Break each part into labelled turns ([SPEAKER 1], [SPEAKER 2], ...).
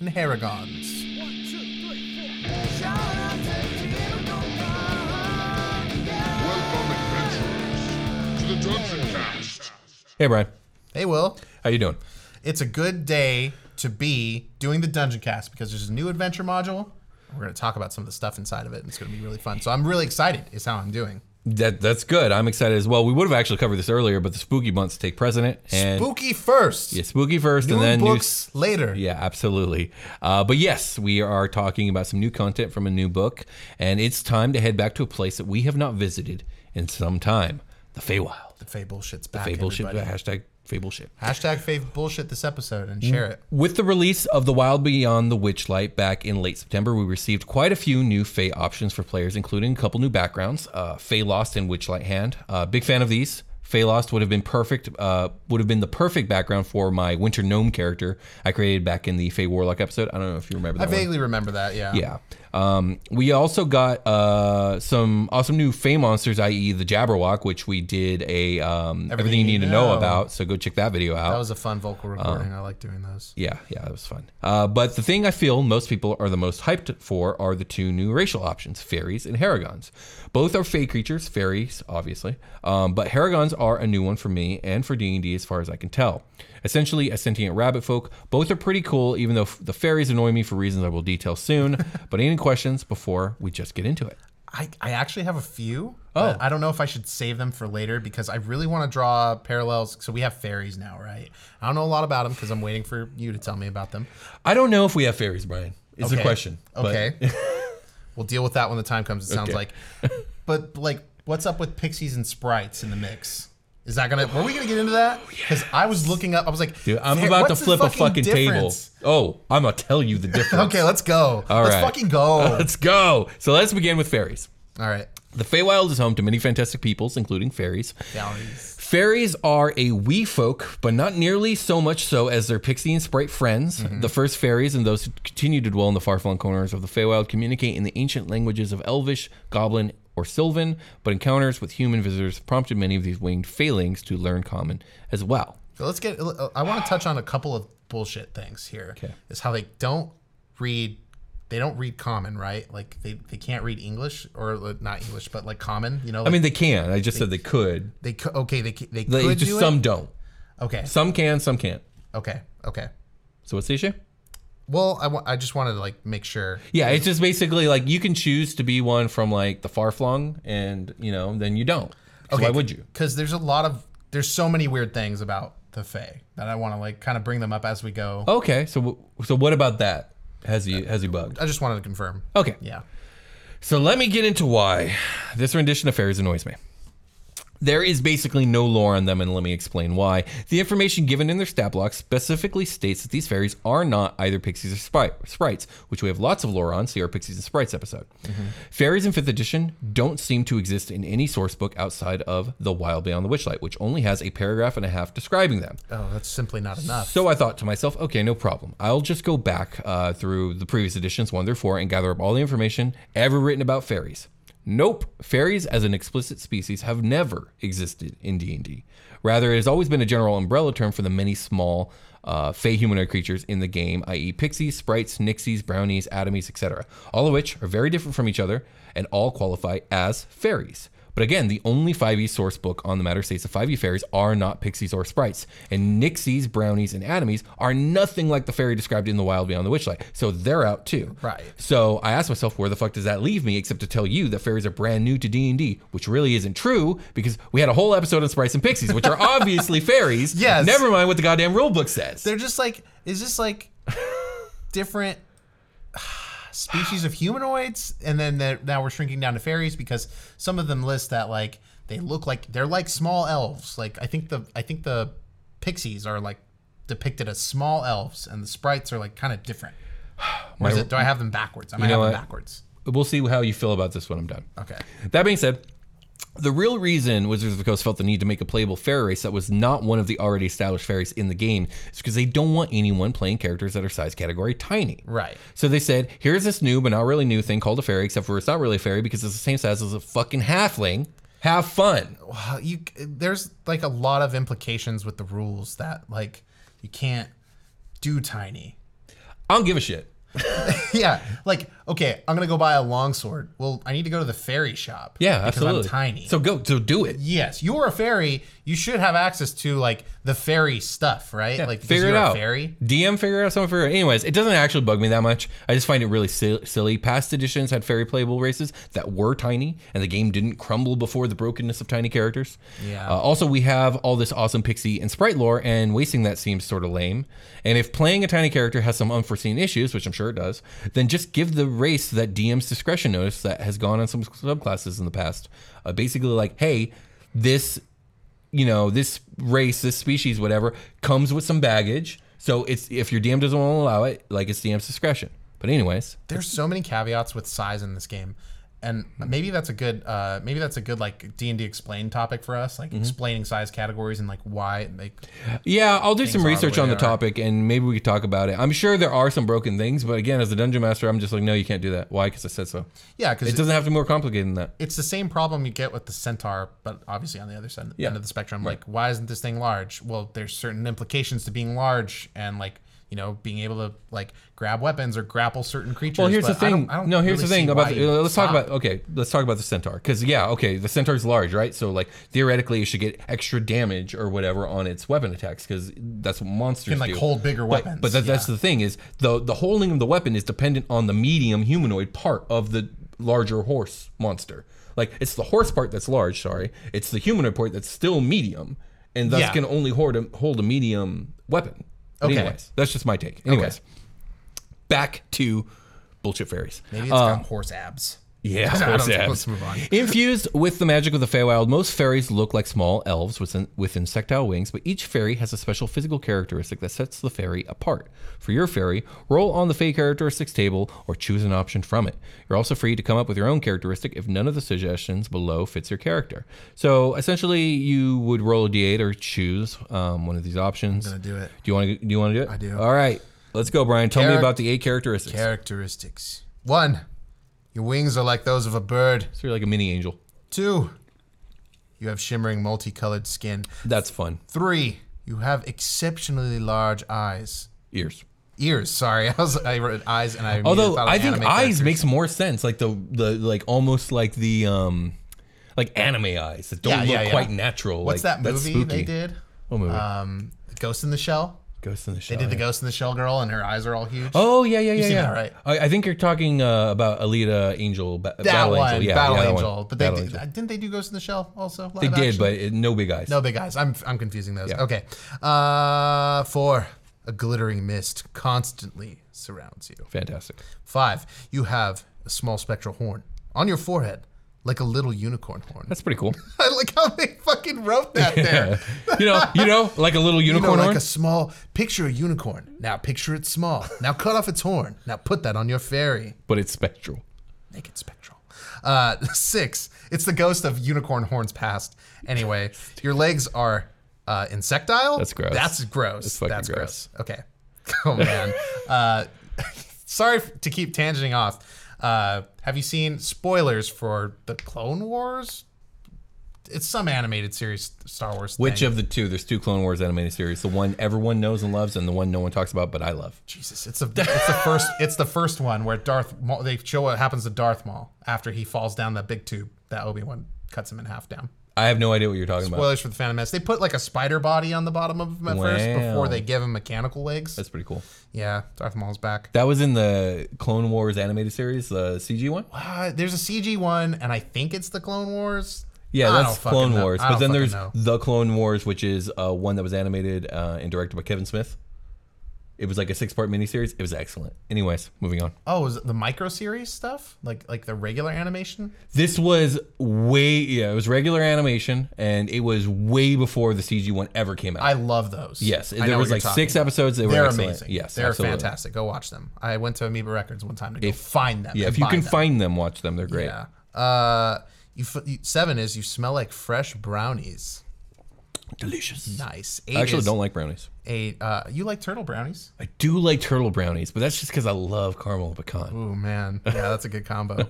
[SPEAKER 1] and harrogans.
[SPEAKER 2] Welcome, adventurers, to the Dungeon Cast.
[SPEAKER 3] Hey, Brian.
[SPEAKER 1] Hey, Will,
[SPEAKER 3] How you doing?
[SPEAKER 1] it's a good day to be doing the Dungeon Cast because there's a new adventure module. We're going to talk about some of the stuff inside of it, and it's going to be really fun. So I'm really excited. Is how I'm doing.
[SPEAKER 3] That that's good. I'm excited as well. We would have actually covered this earlier, but the spooky months take precedent. And
[SPEAKER 1] Spooky first,
[SPEAKER 3] Yeah, spooky first,
[SPEAKER 1] new
[SPEAKER 3] and then new
[SPEAKER 1] books later.
[SPEAKER 3] Yeah, absolutely. Uh, but yes, we are talking about some new content from a new book, and it's time to head back to a place that we have not visited in some time: the Feywild.
[SPEAKER 1] The Fable shit's back.
[SPEAKER 3] Fable shit.
[SPEAKER 1] everybody.
[SPEAKER 3] Hashtag Fable shit.
[SPEAKER 1] Hashtag fave bullshit this episode
[SPEAKER 3] Mm.
[SPEAKER 1] and share it.
[SPEAKER 3] With the release of The Wild Beyond the Witchlight back in late September, we received quite a few new Fey options for players, including a couple new backgrounds uh, Fey Lost and Witchlight Hand. Uh, big fan of these. Fey Lost would have been perfect, uh, would have been the perfect background for my Winter Gnome character I created back in the Fey Warlock episode. I don't know if you remember
[SPEAKER 1] I
[SPEAKER 3] that. one.
[SPEAKER 1] vaguely remember that. Yeah.
[SPEAKER 3] Yeah. Um, we also got uh, some awesome new Fey monsters, i.e., the Jabberwock, which we did a um, everything, you need to know. about. So go check that video out.
[SPEAKER 1] That was a fun vocal
[SPEAKER 3] Uh-huh.
[SPEAKER 1] recording. I like doing those.
[SPEAKER 3] Yeah, yeah, that was fun. Uh, but the thing I feel most people are the most hyped for are the two new racial options, fairies and harrogans. Both are fey creatures, fairies, obviously, um, but harrogans are a new one for me and for D&D as far as I can tell. Essentially, a sentient rabbit folk. Both are pretty cool, even though f- the fairies annoy me for reasons I will detail soon. but any questions before we just get into it?
[SPEAKER 1] I, I actually have a few. Oh. I don't know if I should save them for later because I really want to draw parallels. So we have fairies now, right? I don't know a lot about them because I'm waiting for you to tell me about them.
[SPEAKER 3] I don't know if we have fairies, Brian. Is the
[SPEAKER 1] Okay.
[SPEAKER 3] question. But-
[SPEAKER 1] Okay. we'll deal with that when the time comes, it sounds like. But, like, what's up with pixies and sprites in the mix? Is that gonna? Were we gonna get into that? Because I was looking up. I was like,
[SPEAKER 3] Dude, I'm
[SPEAKER 1] "Fair-
[SPEAKER 3] about to
[SPEAKER 1] what's the
[SPEAKER 3] flip a fucking
[SPEAKER 1] difference?"
[SPEAKER 3] table. Oh, I'm gonna tell you the difference.
[SPEAKER 1] Okay, let's go.
[SPEAKER 3] All
[SPEAKER 1] let's
[SPEAKER 3] right.
[SPEAKER 1] fucking go.
[SPEAKER 3] Let's go. So let's begin with fairies.
[SPEAKER 1] All right,
[SPEAKER 3] The Feywild is home to many fantastic peoples, including fairies.
[SPEAKER 1] fairies.
[SPEAKER 3] Fairies are a wee folk, but not nearly so much so as their pixie and sprite friends.
[SPEAKER 1] Mm-hmm.
[SPEAKER 3] The first fairies and those who continue to dwell in the far-flung corners of the Feywild communicate in the ancient languages of Elvish, Goblin, or Sylvan, but encounters with human visitors prompted many of these winged failings to learn common as well.
[SPEAKER 1] So let's get. uh, I want to touch on a couple of bullshit things here.
[SPEAKER 3] Okay.
[SPEAKER 1] Is how they don't read. They don't read common, right? Like they, they can't read English or like, not English, but like common. You know,
[SPEAKER 3] I
[SPEAKER 1] like
[SPEAKER 3] mean, they can. I just said they could.
[SPEAKER 1] they cou- okay they c- they
[SPEAKER 3] They-
[SPEAKER 1] could
[SPEAKER 3] just
[SPEAKER 1] do
[SPEAKER 3] some
[SPEAKER 1] it.
[SPEAKER 3] don't.
[SPEAKER 1] Okay,
[SPEAKER 3] Some can, some can't.
[SPEAKER 1] okay, okay.
[SPEAKER 3] So what's the issue?
[SPEAKER 1] Well, I, wa- I just wanted to like make sure.
[SPEAKER 3] Yeah, it's just basically like you can choose to be one from like the far flung, and you know, then you don't. So why would you?
[SPEAKER 1] Because there's a lot of there's so many weird things about the Fae that I want to like kind of bring them up as we go.
[SPEAKER 3] Okay, so w- so what about that? Has you has you bugged?
[SPEAKER 1] I just wanted to confirm.
[SPEAKER 3] Okay,
[SPEAKER 1] Yeah.
[SPEAKER 3] so let me get into why this rendition of fairies annoys me. There is basically no lore on them, and let me explain why. The information given in their stat block specifically states that these fairies are not either pixies or sprite, sprites, which we have lots of lore on. See our Pixies and Sprites episode. Fairies in 5th edition don't seem to exist in any source book outside of The Wild Beyond the Witchlight, which only has a paragraph and a half describing them.
[SPEAKER 1] Oh, that's simply not enough.
[SPEAKER 3] So I thought to myself, okay, no problem. I'll just go back uh, through the previous editions, one through four, and gather up all the information ever written about fairies. Nope, fairies as an explicit species have never existed in D and D. Rather, it has always been a general umbrella term for the many small uh, fey humanoid creatures in the game, i.e., pixies, sprites, nixies, brownies, atomies, etc. All of which are very different from each other and all qualify as fairies. But again, the only 5e source book on the matter states the 5e fairies are not pixies or sprites, and nixies, brownies, and atomies are nothing like the fairy described in the wild beyond the witchlight. So they're out too.
[SPEAKER 1] Right.
[SPEAKER 3] So I asked myself, where the fuck does that leave me? Except to tell you that fairies are brand new to D and D, which really isn't true because we had a whole episode on sprites and pixies, which are obviously fairies.
[SPEAKER 1] Yes.
[SPEAKER 3] Never mind what the goddamn rule book says.
[SPEAKER 1] They're just like, is this like different species of humanoids? And then they're- now we're shrinking down to fairies because some of them list that like they look like they're like small elves. Like I think the I think the pixies are like depicted as small elves, and the sprites are like kind of different. Or is it, do I have them backwards? I might
[SPEAKER 3] know
[SPEAKER 1] have
[SPEAKER 3] what?
[SPEAKER 1] them backwards.
[SPEAKER 3] we'll see how you feel about this when I'm done.
[SPEAKER 1] Okay.
[SPEAKER 3] That being said, the real reason Wizards of the Coast felt the need to make a playable fairy race that was not one of the already established fairies in the game is because they don't want anyone playing characters that are size category tiny.
[SPEAKER 1] Right.
[SPEAKER 3] So they said, here's this new but not really new thing called a fairy, except for it's not really a fairy because it's the same size as a fucking halfling. Have fun.
[SPEAKER 1] Wow, you there's like a lot of implications with the rules that like you can't do tiny.
[SPEAKER 3] I don't give a shit.
[SPEAKER 1] Yeah, like okay, I'm gonna go buy a longsword. Well, I need to go to the fairy shop.
[SPEAKER 3] Yeah,
[SPEAKER 1] because
[SPEAKER 3] absolutely.
[SPEAKER 1] I'm tiny.
[SPEAKER 3] So
[SPEAKER 1] So
[SPEAKER 3] go, so do it.
[SPEAKER 1] yes, you're a fairy. You should have access to like the fairy stuff, right? like because
[SPEAKER 3] figure it
[SPEAKER 1] you're
[SPEAKER 3] out.
[SPEAKER 1] A fairy.
[SPEAKER 3] DM figure it out someone figure it out. Anyways, it doesn't actually bug me that much. I just find it really sil- silly. Past editions had fairy playable races that were tiny, and the game didn't crumble before the brokenness of tiny characters.
[SPEAKER 1] Yeah.
[SPEAKER 3] Uh, also, we have all this awesome pixie and sprite lore, and wasting that seems sort of lame. And if playing a tiny character has some unforeseen issues, which I'm sure it does, then just give the race that DM's discretion notice that has gone on some subclasses in the past. Uh, basically, like, hey, this you know this race this species whatever comes with some baggage so it's if your dm doesn't want to allow it like it's dm's discretion but anyways
[SPEAKER 1] There's so many caveats with size in this game, and maybe that's a good uh maybe that's a good like D and D explain topic for us, like
[SPEAKER 3] Mm-hmm.
[SPEAKER 1] explaining size categories and like why like
[SPEAKER 3] yeah i'll do some
[SPEAKER 1] are the
[SPEAKER 3] research
[SPEAKER 1] way
[SPEAKER 3] on the
[SPEAKER 1] they are.
[SPEAKER 3] topic and maybe we could talk about it i'm sure there are some broken things but again as a dungeon master i'm just like no you can't do that why because i said so
[SPEAKER 1] yeah because
[SPEAKER 3] it doesn't have to be more complicated than that
[SPEAKER 1] it's the same problem you get with the centaur, but obviously on the other side
[SPEAKER 3] Yeah.
[SPEAKER 1] end of the spectrum. Like, why isn't this thing large? Well, there's certain implications to being large, and like you know, being able to like grab weapons or grapple certain creatures.
[SPEAKER 3] well here's
[SPEAKER 1] but
[SPEAKER 3] the thing
[SPEAKER 1] I don't- I don't
[SPEAKER 3] no here's
[SPEAKER 1] really
[SPEAKER 3] the thing
[SPEAKER 1] see
[SPEAKER 3] about
[SPEAKER 1] why
[SPEAKER 3] the, uh,
[SPEAKER 1] you
[SPEAKER 3] let's talk
[SPEAKER 1] stop.
[SPEAKER 3] about okay let's talk about the centaur because yeah okay the centaur's large right so like theoretically you should get extra damage or whatever on its weapon attacks because that's what monsters
[SPEAKER 1] can like
[SPEAKER 3] do.
[SPEAKER 1] hold bigger
[SPEAKER 3] But-
[SPEAKER 1] weapons.
[SPEAKER 3] But that, that's
[SPEAKER 1] yeah.
[SPEAKER 3] the thing is the the holding of the weapon is dependent on the medium humanoid part of the larger horse monster. Like it's the horse part that's large. Sorry, it's the humanoid part that's still medium, and thus
[SPEAKER 1] Yeah.
[SPEAKER 3] can only hold a, hold a medium weapon. But
[SPEAKER 1] Okay.
[SPEAKER 3] Anyways, that's just my take. Anyways, back to bullshit fairies.
[SPEAKER 1] maybe it's
[SPEAKER 3] uh,
[SPEAKER 1] got horse abs.
[SPEAKER 3] Yeah,
[SPEAKER 1] I
[SPEAKER 3] horse
[SPEAKER 1] don't-
[SPEAKER 3] abs.
[SPEAKER 1] let's move on.
[SPEAKER 3] Infused with the magic of the Feywild, most fairies look like small elves with, in, with insectile wings, but each fairy has a special physical characteristic that sets the fairy apart. For your fairy, roll on the Fey characteristics table or choose an option from it. You're also free to come up with your own characteristic if none of the suggestions below fits your character. So essentially, you would roll a d8 or choose um, one of these options.
[SPEAKER 1] gonna do it.
[SPEAKER 3] Do you want to? Do you want to do it? I
[SPEAKER 1] do.
[SPEAKER 3] All right, let's go, Brian. Tell me
[SPEAKER 1] Charac-
[SPEAKER 3] about the eight characteristics.
[SPEAKER 1] Characteristics: one, your wings are like those of a bird.
[SPEAKER 3] so you're like a mini angel.
[SPEAKER 1] Two, you have shimmering multicolored skin.
[SPEAKER 3] That's fun.
[SPEAKER 1] Three, you have exceptionally large eyes.
[SPEAKER 3] Ears.
[SPEAKER 1] ears. Sorry, I was I wrote eyes, and I immediately
[SPEAKER 3] Although
[SPEAKER 1] thought of
[SPEAKER 3] I think eyes
[SPEAKER 1] anime characters.
[SPEAKER 3] makes more sense, like the the like almost like the um like anime eyes that don't
[SPEAKER 1] Yeah,
[SPEAKER 3] look
[SPEAKER 1] yeah, yeah.
[SPEAKER 3] quite natural.
[SPEAKER 1] What's that
[SPEAKER 3] like, that's
[SPEAKER 1] movie they
[SPEAKER 3] spooky.
[SPEAKER 1] did?
[SPEAKER 3] What movie?
[SPEAKER 1] Um, Ghost in the Shell.
[SPEAKER 3] Ghost in the Shell.
[SPEAKER 1] They did the
[SPEAKER 3] Oh, yeah.
[SPEAKER 1] Ghost in the Shell girl, and her eyes are all huge.
[SPEAKER 3] Oh yeah, yeah, yeah,
[SPEAKER 1] seen
[SPEAKER 3] yeah.
[SPEAKER 1] that, right?
[SPEAKER 3] I, I think you're talking uh, about Alita Angel, ba-
[SPEAKER 1] that
[SPEAKER 3] Battle
[SPEAKER 1] one,
[SPEAKER 3] Angel, yeah,
[SPEAKER 1] Battle
[SPEAKER 3] yeah, that
[SPEAKER 1] Angel.
[SPEAKER 3] One.
[SPEAKER 1] But they
[SPEAKER 3] Battle
[SPEAKER 1] did,
[SPEAKER 3] Angel.
[SPEAKER 1] didn't they do Ghost in the Shell also?
[SPEAKER 3] They
[SPEAKER 1] live
[SPEAKER 3] did,
[SPEAKER 1] action?
[SPEAKER 3] but it, no big eyes.
[SPEAKER 1] no big eyes. I'm I'm confusing those. Okay, uh, four. A glittering mist constantly surrounds you.
[SPEAKER 3] Fantastic.
[SPEAKER 1] Five, you have a small spectral horn on your forehead, like a little unicorn horn.
[SPEAKER 3] That's pretty cool.
[SPEAKER 1] I like how they fucking wrote that there.
[SPEAKER 3] you know, you know, like a little
[SPEAKER 1] You
[SPEAKER 3] unicorn
[SPEAKER 1] know, like
[SPEAKER 3] horn.
[SPEAKER 1] a small picture a unicorn. Now picture it small. Now cut off its horn. Now put that on your fairy.
[SPEAKER 3] but it's spectral.
[SPEAKER 1] Make it spectral. Uh, six. It's the ghost of unicorn horns past. Anyway, your legs are uh, insectile.
[SPEAKER 3] That's gross.
[SPEAKER 1] That's gross. That's,
[SPEAKER 3] fucking
[SPEAKER 1] gross. Okay. Oh man. uh, sorry f- to keep tangenting off. Uh, have you seen spoilers for the Clone Wars? It's some animated series, Star Wars.
[SPEAKER 3] Which
[SPEAKER 1] thing.
[SPEAKER 3] of the two? There's two Clone Wars animated series. The one everyone knows and loves, and the one no one talks about, but I love.
[SPEAKER 1] Jesus, it's the it's the first it's the first one where Darth Maul, they show what happens to Darth Maul after he falls down that big tube that Obi Wan cuts him in half down.
[SPEAKER 3] I have no idea what you're talking about.
[SPEAKER 1] Spoilers for the Phantom Menace. They put like a spider body on the bottom of him at first
[SPEAKER 3] Wow.
[SPEAKER 1] before they give him mechanical legs.
[SPEAKER 3] That's pretty cool.
[SPEAKER 1] yeah, Darth Maul's back.
[SPEAKER 3] That was in the Clone Wars animated series, the CG one.
[SPEAKER 1] Uh, there's a CG one, and I think it's the Clone Wars.
[SPEAKER 3] Yeah,
[SPEAKER 1] I
[SPEAKER 3] that's
[SPEAKER 1] don't fucking
[SPEAKER 3] Clone
[SPEAKER 1] know.
[SPEAKER 3] Wars.
[SPEAKER 1] I don't
[SPEAKER 3] But then
[SPEAKER 1] fucking
[SPEAKER 3] there's
[SPEAKER 1] know.
[SPEAKER 3] the Clone Wars, which is uh, one that was animated uh, and directed by Kevin Smith. It was like a six-part miniseries. It was excellent. Anyways, moving on.
[SPEAKER 1] oh, is it the micro series stuff like like the regular animation?
[SPEAKER 3] This was way yeah, it was regular animation, and it was way before the CG one ever came out.
[SPEAKER 1] I love those.
[SPEAKER 3] yes,
[SPEAKER 1] I
[SPEAKER 3] there
[SPEAKER 1] know
[SPEAKER 3] was
[SPEAKER 1] what
[SPEAKER 3] like
[SPEAKER 1] you're
[SPEAKER 3] six
[SPEAKER 1] talking about.
[SPEAKER 3] episodes. They were
[SPEAKER 1] They're
[SPEAKER 3] excellent.
[SPEAKER 1] amazing.
[SPEAKER 3] Yes,
[SPEAKER 1] they're
[SPEAKER 3] absolutely.
[SPEAKER 1] fantastic. Go watch them. I went to Amoeba Records one time to go find them.
[SPEAKER 3] Yeah,
[SPEAKER 1] and
[SPEAKER 3] if you
[SPEAKER 1] buy
[SPEAKER 3] can
[SPEAKER 1] them.
[SPEAKER 3] find them, watch them. They're great.
[SPEAKER 1] Yeah. Uh, you f- you- seven is you smell like fresh brownies.
[SPEAKER 3] Delicious.
[SPEAKER 1] Nice. Eight
[SPEAKER 3] I actually
[SPEAKER 1] is
[SPEAKER 3] don't like brownies.
[SPEAKER 1] eight. Uh, you like turtle brownies?
[SPEAKER 3] I do like turtle brownies, but that's just because I love caramel and pecan.
[SPEAKER 1] Oh man, yeah, that's a good combo.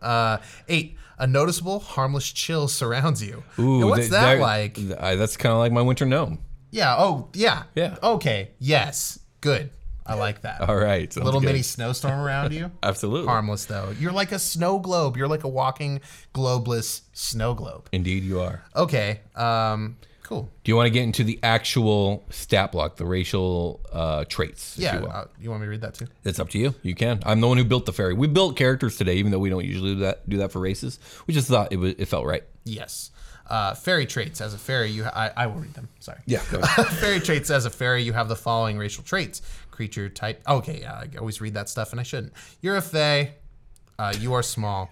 [SPEAKER 1] uh, eight. A noticeable harmless chill surrounds you. Now, Mm. what's
[SPEAKER 3] they-
[SPEAKER 1] that
[SPEAKER 3] they're-
[SPEAKER 1] like?
[SPEAKER 3] I, that's kind of like my winter gnome.
[SPEAKER 1] Yeah. Oh, yeah.
[SPEAKER 3] Yeah.
[SPEAKER 1] Okay. Yes. Good. I like that.
[SPEAKER 3] All right, sounds
[SPEAKER 1] Little
[SPEAKER 3] good.
[SPEAKER 1] mini snowstorm around you.
[SPEAKER 3] Absolutely.
[SPEAKER 1] Harmless though. You're like a snow globe. You're like a walking globeless snow globe.
[SPEAKER 3] Indeed, you are.
[SPEAKER 1] Okay. Um. Cool.
[SPEAKER 3] Do you want to get into the actual stat block, the racial uh, traits? if
[SPEAKER 1] Yeah.
[SPEAKER 3] you will?
[SPEAKER 1] uh, you want me to read that too?
[SPEAKER 3] It's up to you. You can. I'm the one who built the fairy. We built characters today, even though we don't usually do that, do that for races. We just thought it, was, it felt right.
[SPEAKER 1] Yes. Uh, fairy traits. As a fairy, you ha- I, I will read them. Sorry.
[SPEAKER 3] Yeah.
[SPEAKER 1] fairy traits. As a fairy, you have the following racial traits: creature type. Okay, yeah, I always read that stuff, and I shouldn't. You're a fae. Uh, you are small.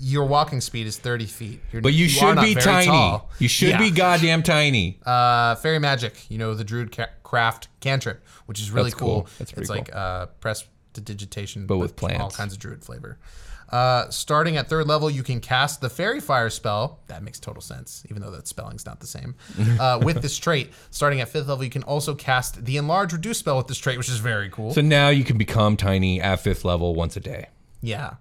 [SPEAKER 1] Your walking speed is 30 feet. You're,
[SPEAKER 3] but you,
[SPEAKER 1] are
[SPEAKER 3] should
[SPEAKER 1] not
[SPEAKER 3] be
[SPEAKER 1] very
[SPEAKER 3] tiny.
[SPEAKER 1] tall.
[SPEAKER 3] You should
[SPEAKER 1] Yeah.
[SPEAKER 3] be goddamn tiny.
[SPEAKER 1] Uh, fairy magic. You know the druid ca- craft cantrip, which is really
[SPEAKER 3] That's cool.
[SPEAKER 1] cool.
[SPEAKER 3] That's pretty
[SPEAKER 1] it's like uh, press to digitation,
[SPEAKER 3] But with
[SPEAKER 1] all
[SPEAKER 3] plants.
[SPEAKER 1] kinds of druid flavor. Uh, starting at third level, you can cast the fairy fire spell. That makes total sense, even though that spelling's not the same. Uh, with this trait, starting at fifth level, you can also cast the enlarge reduce spell with this trait, which is very cool.
[SPEAKER 3] so now you can become tiny at fifth level once a day.
[SPEAKER 1] yeah,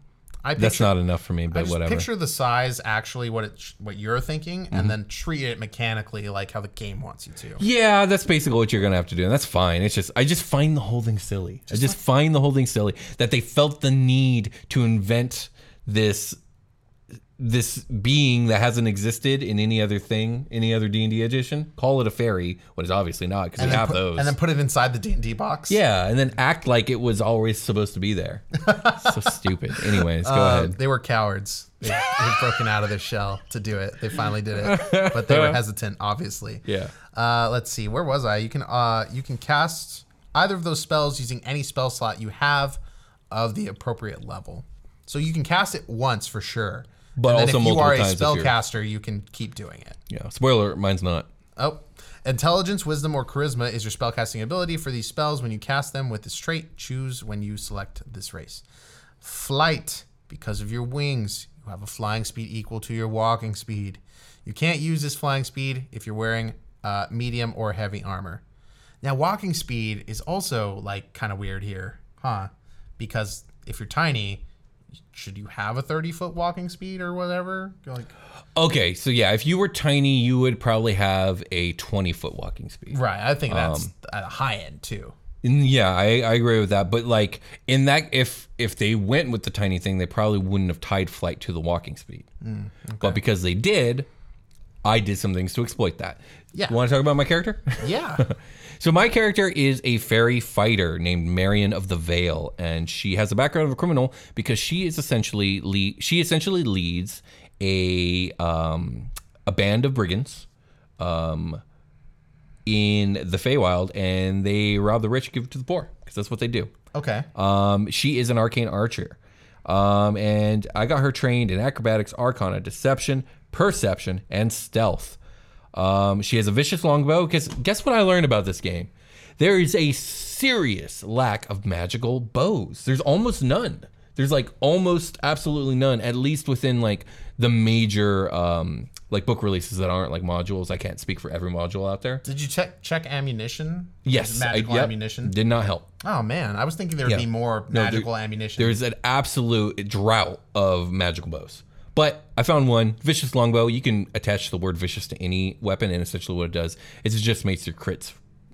[SPEAKER 1] I picture,
[SPEAKER 3] That's not enough for me,
[SPEAKER 1] I
[SPEAKER 3] but
[SPEAKER 1] just
[SPEAKER 3] whatever. Mm-hmm.
[SPEAKER 1] picture the size actually what it what you're thinking, and then treat it mechanically like how the game wants you to.
[SPEAKER 3] Yeah, that's basically what you're gonna have to do, and that's fine. It's just I just find the whole thing silly. I just find the whole thing silly that they felt the need to invent this this being that hasn't existed in any other thing, any other D and D edition. Call it a fairy, when it's obviously not because we
[SPEAKER 1] And then
[SPEAKER 3] have
[SPEAKER 1] put-
[SPEAKER 3] those.
[SPEAKER 1] and then put it inside the D and D box.
[SPEAKER 3] yeah, and then act like it was always supposed to be there. so stupid. Anyways, go
[SPEAKER 1] Uh,
[SPEAKER 3] ahead.
[SPEAKER 1] They were cowards. They, they've broken out of their shell to do it. They finally did it, but they were hesitant, obviously.
[SPEAKER 3] Yeah.
[SPEAKER 1] Uh, let's see. Where was I? You can uh, you can cast either of those spells using any spell slot you have of the appropriate level. So you can cast it once for sure.
[SPEAKER 3] But
[SPEAKER 1] and then
[SPEAKER 3] also
[SPEAKER 1] if you
[SPEAKER 3] multiple
[SPEAKER 1] are a
[SPEAKER 3] times if you're-
[SPEAKER 1] spellcaster, you can keep doing it.
[SPEAKER 3] Yeah. Spoiler: mine's not.
[SPEAKER 1] Oh. Intelligence, wisdom, or charisma is your spellcasting ability for these spells. When you cast them with this trait, choose when you select this race. Flight, because of your wings, you have a flying speed equal to your walking speed. You can't use this flying speed if you're wearing uh, medium or heavy armor. Now, walking speed is also like kind of weird here, huh? Because if you're tiny, should you have a 30 foot walking speed or whatever? Like,
[SPEAKER 3] Okay, so yeah, if you were tiny, you would probably have a 20 foot walking speed.
[SPEAKER 1] right. I think that's at a high end too.
[SPEAKER 3] Mm, Yeah, I, I agree with that. But like in that, if if they went with the tiny thing, they probably wouldn't have tied flight to the walking speed. But because they did, I did some things to exploit that.
[SPEAKER 1] Yeah.
[SPEAKER 3] You want to talk about my character?
[SPEAKER 1] Yeah.
[SPEAKER 3] So my character is a fairy fighter named Marion of the Veil, and she has a background of a criminal because she is essentially le- she essentially leads a um, a band of brigands um, in the Feywild, and they rob the rich, give it to the poor because that's what they do.
[SPEAKER 1] Okay.
[SPEAKER 3] Um, she is an arcane archer. Um, and I got her trained in acrobatics, arcana, deception, perception, and stealth. Um, she has a vicious longbow. Because guess what I learned about this game? There is a serious lack of magical bows. There's almost none. There's like almost absolutely none, at least within like the major um, like book releases that aren't like modules. I can't speak for every module out there.
[SPEAKER 1] Did you check check ammunition?
[SPEAKER 3] Yes, I-
[SPEAKER 1] magical
[SPEAKER 3] yep,
[SPEAKER 1] ammunition.
[SPEAKER 3] did not help.
[SPEAKER 1] Oh man, I was thinking there would
[SPEAKER 3] Yeah.
[SPEAKER 1] be more
[SPEAKER 3] No, there-
[SPEAKER 1] magical ammunition.
[SPEAKER 3] There's an absolute drought of magical bows. But I found one, Vicious Longbow. You can attach the word vicious to any weapon, and essentially what it does is it just makes your crits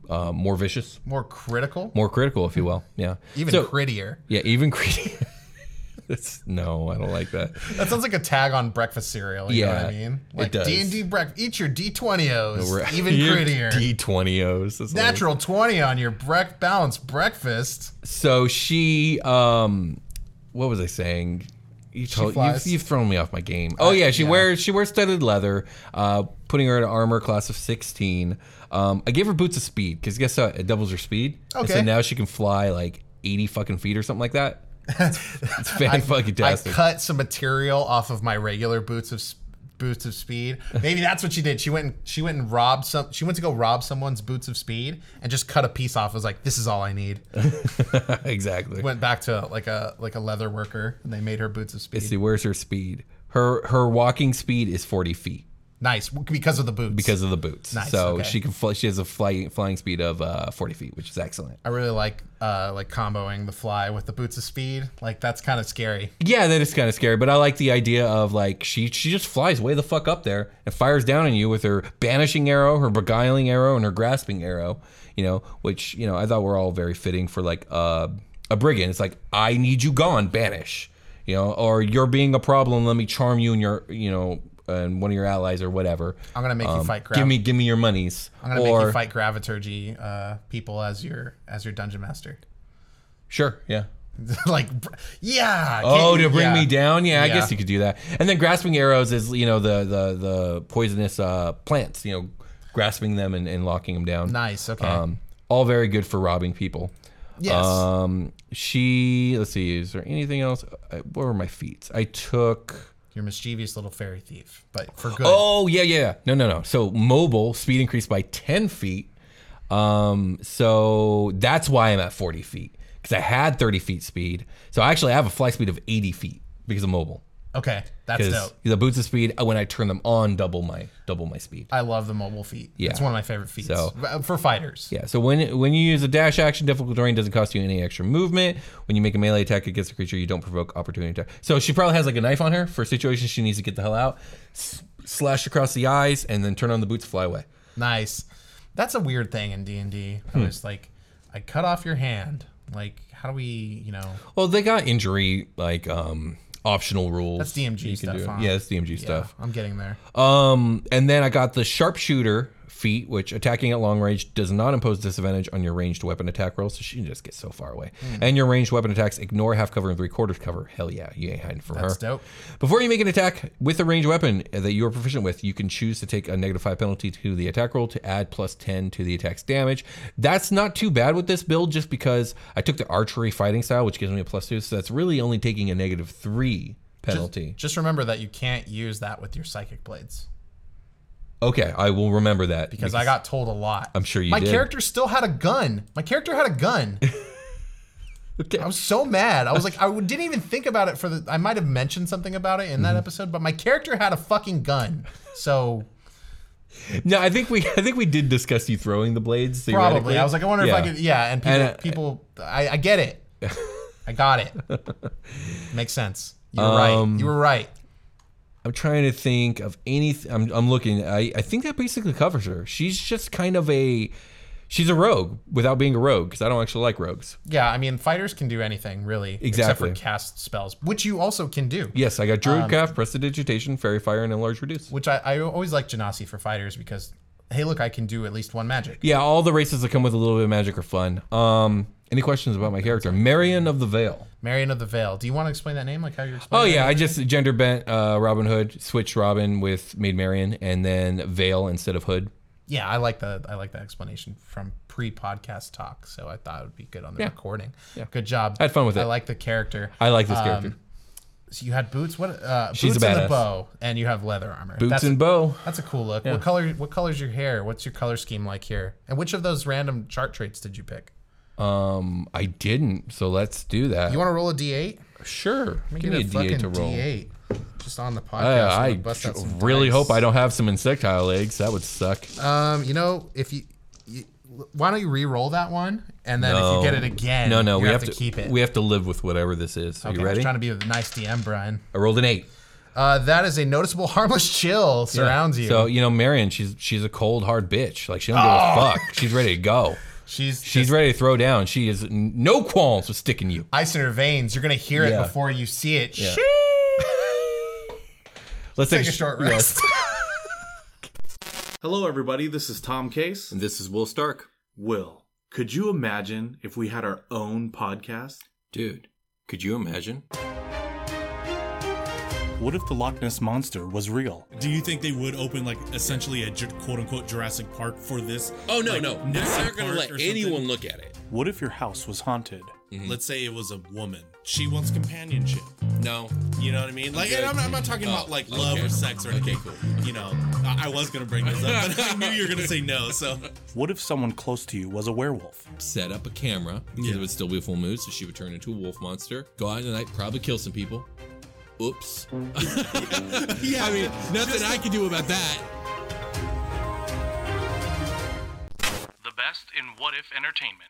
[SPEAKER 3] uh, more vicious,
[SPEAKER 1] more critical,
[SPEAKER 3] more critical, if you will. Yeah.
[SPEAKER 1] even
[SPEAKER 3] so,
[SPEAKER 1] crittier.
[SPEAKER 3] Yeah, even crit. That's- no, I don't like that.
[SPEAKER 1] That sounds like a tag on breakfast cereal. You know what
[SPEAKER 3] Yeah,
[SPEAKER 1] I mean?
[SPEAKER 3] it
[SPEAKER 1] Like
[SPEAKER 3] does.
[SPEAKER 1] D and D breakfast. Eat your D twenty O's. Even
[SPEAKER 3] Your
[SPEAKER 1] crittier.
[SPEAKER 3] D20Os. That's like-
[SPEAKER 1] Natural twenty on your brec- balanced breakfast.
[SPEAKER 3] so she um what was i saying you told, you've,
[SPEAKER 1] flies. Uh,
[SPEAKER 3] you've thrown me off my game. Oh yeah, she wears she wears studded leather, uh, putting her in armor class of sixteen. Um, I gave her boots of speed because guess what? It doubles her speed. And so
[SPEAKER 1] Okay.
[SPEAKER 3] now she can fly like eighty fucking feet or something like that. It's fan fucking
[SPEAKER 1] I
[SPEAKER 3] tastic.
[SPEAKER 1] cut some material off of my regular boots of s- boots of speed. Maybe that's what she did. She went and she went and robbed some. She went to go rob someone's boots of speed and just cut a piece off. I was like, this is all I need.
[SPEAKER 3] exactly.
[SPEAKER 1] went back to like a like a leather worker and they made her boots of speed.
[SPEAKER 3] Let's see, where's her speed? Her her walking speed is forty feet
[SPEAKER 1] nice because of the boots.
[SPEAKER 3] because of the boots.
[SPEAKER 1] Nice,
[SPEAKER 3] so
[SPEAKER 1] okay.
[SPEAKER 3] she can fly, she has a flying flying speed of uh, forty feet, which is excellent.
[SPEAKER 1] I really like uh like comboing the fly with the boots of speed. Like that's kind of scary.
[SPEAKER 3] Yeah, that is kind of scary, but I like the idea of like she she just flies way the fuck up there and fires down on you with her banishing arrow, her beguiling arrow, and her grasping arrow. You know, which you know I thought were all very fitting for like uh, a brigand. It's like I need you gone, banish. You know, or you're being a problem. Let me charm you and your you know and one of your allies or whatever.
[SPEAKER 1] I'm gonna make you fight. Grav-
[SPEAKER 3] Um, Give me give me your monies.
[SPEAKER 1] I'm gonna
[SPEAKER 3] or,
[SPEAKER 1] make you fight graviturgy uh, people as your as your dungeon master.
[SPEAKER 3] Sure, yeah.
[SPEAKER 1] like, br- yeah.
[SPEAKER 3] Oh,
[SPEAKER 1] can't you-
[SPEAKER 3] to bring
[SPEAKER 1] yeah.
[SPEAKER 3] me down? Yeah, I
[SPEAKER 1] Yeah.
[SPEAKER 3] guess you could do that. And then grasping arrows is you know the the the poisonous uh, plants. You know, grasping them and, and locking them down.
[SPEAKER 1] Nice. Okay.
[SPEAKER 3] Um, all very good for robbing people.
[SPEAKER 1] yes.
[SPEAKER 3] Um, she. Let's see. Is there anything else? I, what were my feats? I took.
[SPEAKER 1] You're a mischievous little fairy thief, but for good.
[SPEAKER 3] Oh yeah, yeah. yeah. No, no, no. So mobile speed increased by ten feet. Um, so that's why I'm at forty feet because I had thirty feet speed. So I actually have a fly speed of eighty feet because of mobile.
[SPEAKER 1] Okay, that's
[SPEAKER 3] because
[SPEAKER 1] dope.
[SPEAKER 3] the boots of speed uh, when I turn them on double my double my speed.
[SPEAKER 1] I love the mobile feet.
[SPEAKER 3] Yeah.
[SPEAKER 1] It's one of my favorite feats
[SPEAKER 3] So-
[SPEAKER 1] Uh, for fighters.
[SPEAKER 3] Yeah. So when when you use a dash action, difficult terrain doesn't cost you any extra movement. When you make a melee attack against a creature, you don't provoke opportunity attack. So she probably has like a knife on her for situations she needs to get the hell out, s- slash across the eyes, and then turn on the boots, fly away.
[SPEAKER 1] Nice. That's a weird thing in D and D. I
[SPEAKER 3] Hmm.
[SPEAKER 1] was like, I cut off your hand. Like, how do we, you know?
[SPEAKER 3] Well, they got injury like um optional rules.
[SPEAKER 1] That's DMG
[SPEAKER 3] you can
[SPEAKER 1] stuff,
[SPEAKER 3] do.
[SPEAKER 1] huh?
[SPEAKER 3] Yeah, that's DMG
[SPEAKER 1] Yeah,
[SPEAKER 3] stuff.
[SPEAKER 1] I'm getting there.
[SPEAKER 3] Um, and then I got the sharpshooter feat, which attacking at long range does not impose disadvantage on your ranged weapon attack rolls, so she can just get so far away.
[SPEAKER 1] Hmm.
[SPEAKER 3] And your ranged weapon attacks ignore half cover and three quarters cover. Hell yeah, you ain't hiding from
[SPEAKER 1] That's
[SPEAKER 3] her.
[SPEAKER 1] dope.
[SPEAKER 3] Before you make an attack with a ranged weapon that you are proficient with, you can choose to take a negative five penalty to the attack roll to add plus ten to the attack's damage. That's not too bad with this build, just because I took the archery fighting style, which gives me a plus two, so that's really only taking a negative three penalty.
[SPEAKER 1] Just remember that you can't use that with your psychic blades
[SPEAKER 3] okay, I will remember that
[SPEAKER 1] because I got told a lot. I'm
[SPEAKER 3] sure you
[SPEAKER 1] My
[SPEAKER 3] did.
[SPEAKER 1] character still had a gun. My character had a gun.
[SPEAKER 3] Okay.
[SPEAKER 1] I was so mad. I was like, I didn't even think about it for the. I might have mentioned something about it in
[SPEAKER 3] Mm-hmm.
[SPEAKER 1] that episode, but my character had a fucking gun. So
[SPEAKER 3] No, I think we I think we did discuss you throwing the blades.
[SPEAKER 1] probably,
[SPEAKER 3] theoretically.
[SPEAKER 1] I was like, I wonder
[SPEAKER 3] Yeah.
[SPEAKER 1] if I could. e- Yeah, and people,
[SPEAKER 3] And, uh,
[SPEAKER 1] people, I, I get it. I got it. Makes sense. You were right. You were right.
[SPEAKER 3] I'm trying to think of anything. I'm, I'm looking. I, I think that basically covers her. She's just kind of a she's a rogue without being a rogue because I don't actually like rogues.
[SPEAKER 1] Yeah, I mean, fighters can do anything really, except for
[SPEAKER 3] Exactly.
[SPEAKER 1] cast spells, which you also can do.
[SPEAKER 3] Yes, I got
[SPEAKER 1] Um,
[SPEAKER 3] druid calf, prestidigitation, fairy fire, and enlarge reduce.
[SPEAKER 1] Which I, I always like Genasi for fighters because hey, look, I can do at least one magic.
[SPEAKER 3] Yeah, all the races that come with a little bit of magic are fun. Um, any questions about my character, Marion of the Veil?
[SPEAKER 1] Marion of the Veil. Do you want to explain that name? Like how you're
[SPEAKER 3] Oh
[SPEAKER 1] explaining?
[SPEAKER 3] yeah, I just gender bent uh, Robin Hood, switched Robin with made Marion, and then Veil instead of Hood.
[SPEAKER 1] yeah i like the i like that explanation from pre-podcast talk so i thought it would be good on the recording yeah. good job
[SPEAKER 3] I had fun with
[SPEAKER 1] i
[SPEAKER 3] it.
[SPEAKER 1] like the character
[SPEAKER 3] I like this
[SPEAKER 1] Um,
[SPEAKER 3] character.
[SPEAKER 4] So you had boots. What? Uh,
[SPEAKER 3] She's a
[SPEAKER 4] boots and
[SPEAKER 3] badass.
[SPEAKER 4] a bow, and you have leather armor.
[SPEAKER 3] Boots
[SPEAKER 4] that's,
[SPEAKER 3] and bow.
[SPEAKER 4] That's a cool look. What color? What color's your hair? What's your color scheme like here? And which of those random chart traits did you pick?
[SPEAKER 3] Um, I didn't. So let's do that.
[SPEAKER 4] You want to roll a d8?
[SPEAKER 3] sure.
[SPEAKER 4] Let me
[SPEAKER 3] Give
[SPEAKER 4] get
[SPEAKER 3] me a
[SPEAKER 4] fucking
[SPEAKER 3] D8 to roll.
[SPEAKER 4] D8. Just on the
[SPEAKER 3] Uh,
[SPEAKER 4] podcast. I'm
[SPEAKER 3] I
[SPEAKER 4] gonna bust out some
[SPEAKER 3] really
[SPEAKER 4] dice.
[SPEAKER 3] hope I don't have some insectile eggs. That would suck.
[SPEAKER 4] Um, you know, if you, you why don't you re-roll that one, and then if you get it again,
[SPEAKER 3] no, no,
[SPEAKER 4] you
[SPEAKER 3] we
[SPEAKER 4] have, to, keep it.
[SPEAKER 3] We have to live with whatever this is. Are
[SPEAKER 4] okay,
[SPEAKER 3] you
[SPEAKER 4] I'm
[SPEAKER 3] ready?
[SPEAKER 4] trying to be a nice DM, Brian.
[SPEAKER 3] I rolled an eight.
[SPEAKER 4] Uh, that is a noticeable harmless chill surrounds you.
[SPEAKER 3] So you know, Marion, she's she's a cold hard bitch. Like she don't give a
[SPEAKER 4] Oh!
[SPEAKER 3] fuck. She's ready to go.
[SPEAKER 4] she's
[SPEAKER 3] She's ready to throw down. She is n- no qualms with sticking you.
[SPEAKER 4] ice in her veins. You're gonna hear
[SPEAKER 3] Yeah.
[SPEAKER 4] it before you see it. Shh.
[SPEAKER 3] Let's
[SPEAKER 4] Take a short rest.
[SPEAKER 5] Hello, everybody. This is Tom Case.
[SPEAKER 3] And this is Will Stark,
[SPEAKER 5] Will, could you imagine if we had our own podcast?
[SPEAKER 3] dude. Could you imagine?
[SPEAKER 5] What if the Loch Ness Monster was real?
[SPEAKER 6] Do you think they would open like essentially a ju- quote unquote Jurassic Park for this?
[SPEAKER 7] Oh no,
[SPEAKER 6] Like,
[SPEAKER 7] no, they're
[SPEAKER 6] National
[SPEAKER 7] not gonna
[SPEAKER 6] Park
[SPEAKER 7] let
[SPEAKER 6] or something?
[SPEAKER 7] anyone look at it.
[SPEAKER 5] What if your house was haunted?
[SPEAKER 7] Mm-hmm.
[SPEAKER 6] Let's say it was a woman. She wants companionship.
[SPEAKER 7] No,
[SPEAKER 6] You know what I mean? Like, and I'm, I'm not talking
[SPEAKER 7] Oh,
[SPEAKER 6] about like love
[SPEAKER 7] okay.
[SPEAKER 6] or sex or
[SPEAKER 7] Okay,
[SPEAKER 6] anything.
[SPEAKER 7] cool.
[SPEAKER 6] You know, I, I was gonna bring this up, but I knew you were gonna say no. So
[SPEAKER 5] What if someone close to you was a werewolf?
[SPEAKER 7] set up a camera because
[SPEAKER 6] Yeah.
[SPEAKER 7] it would still be a full moon, so she would turn into a wolf monster. Go out in the night, probably kill some people. Oops. yeah, I mean, nothing I can do about that.
[SPEAKER 8] The best in what if entertainment.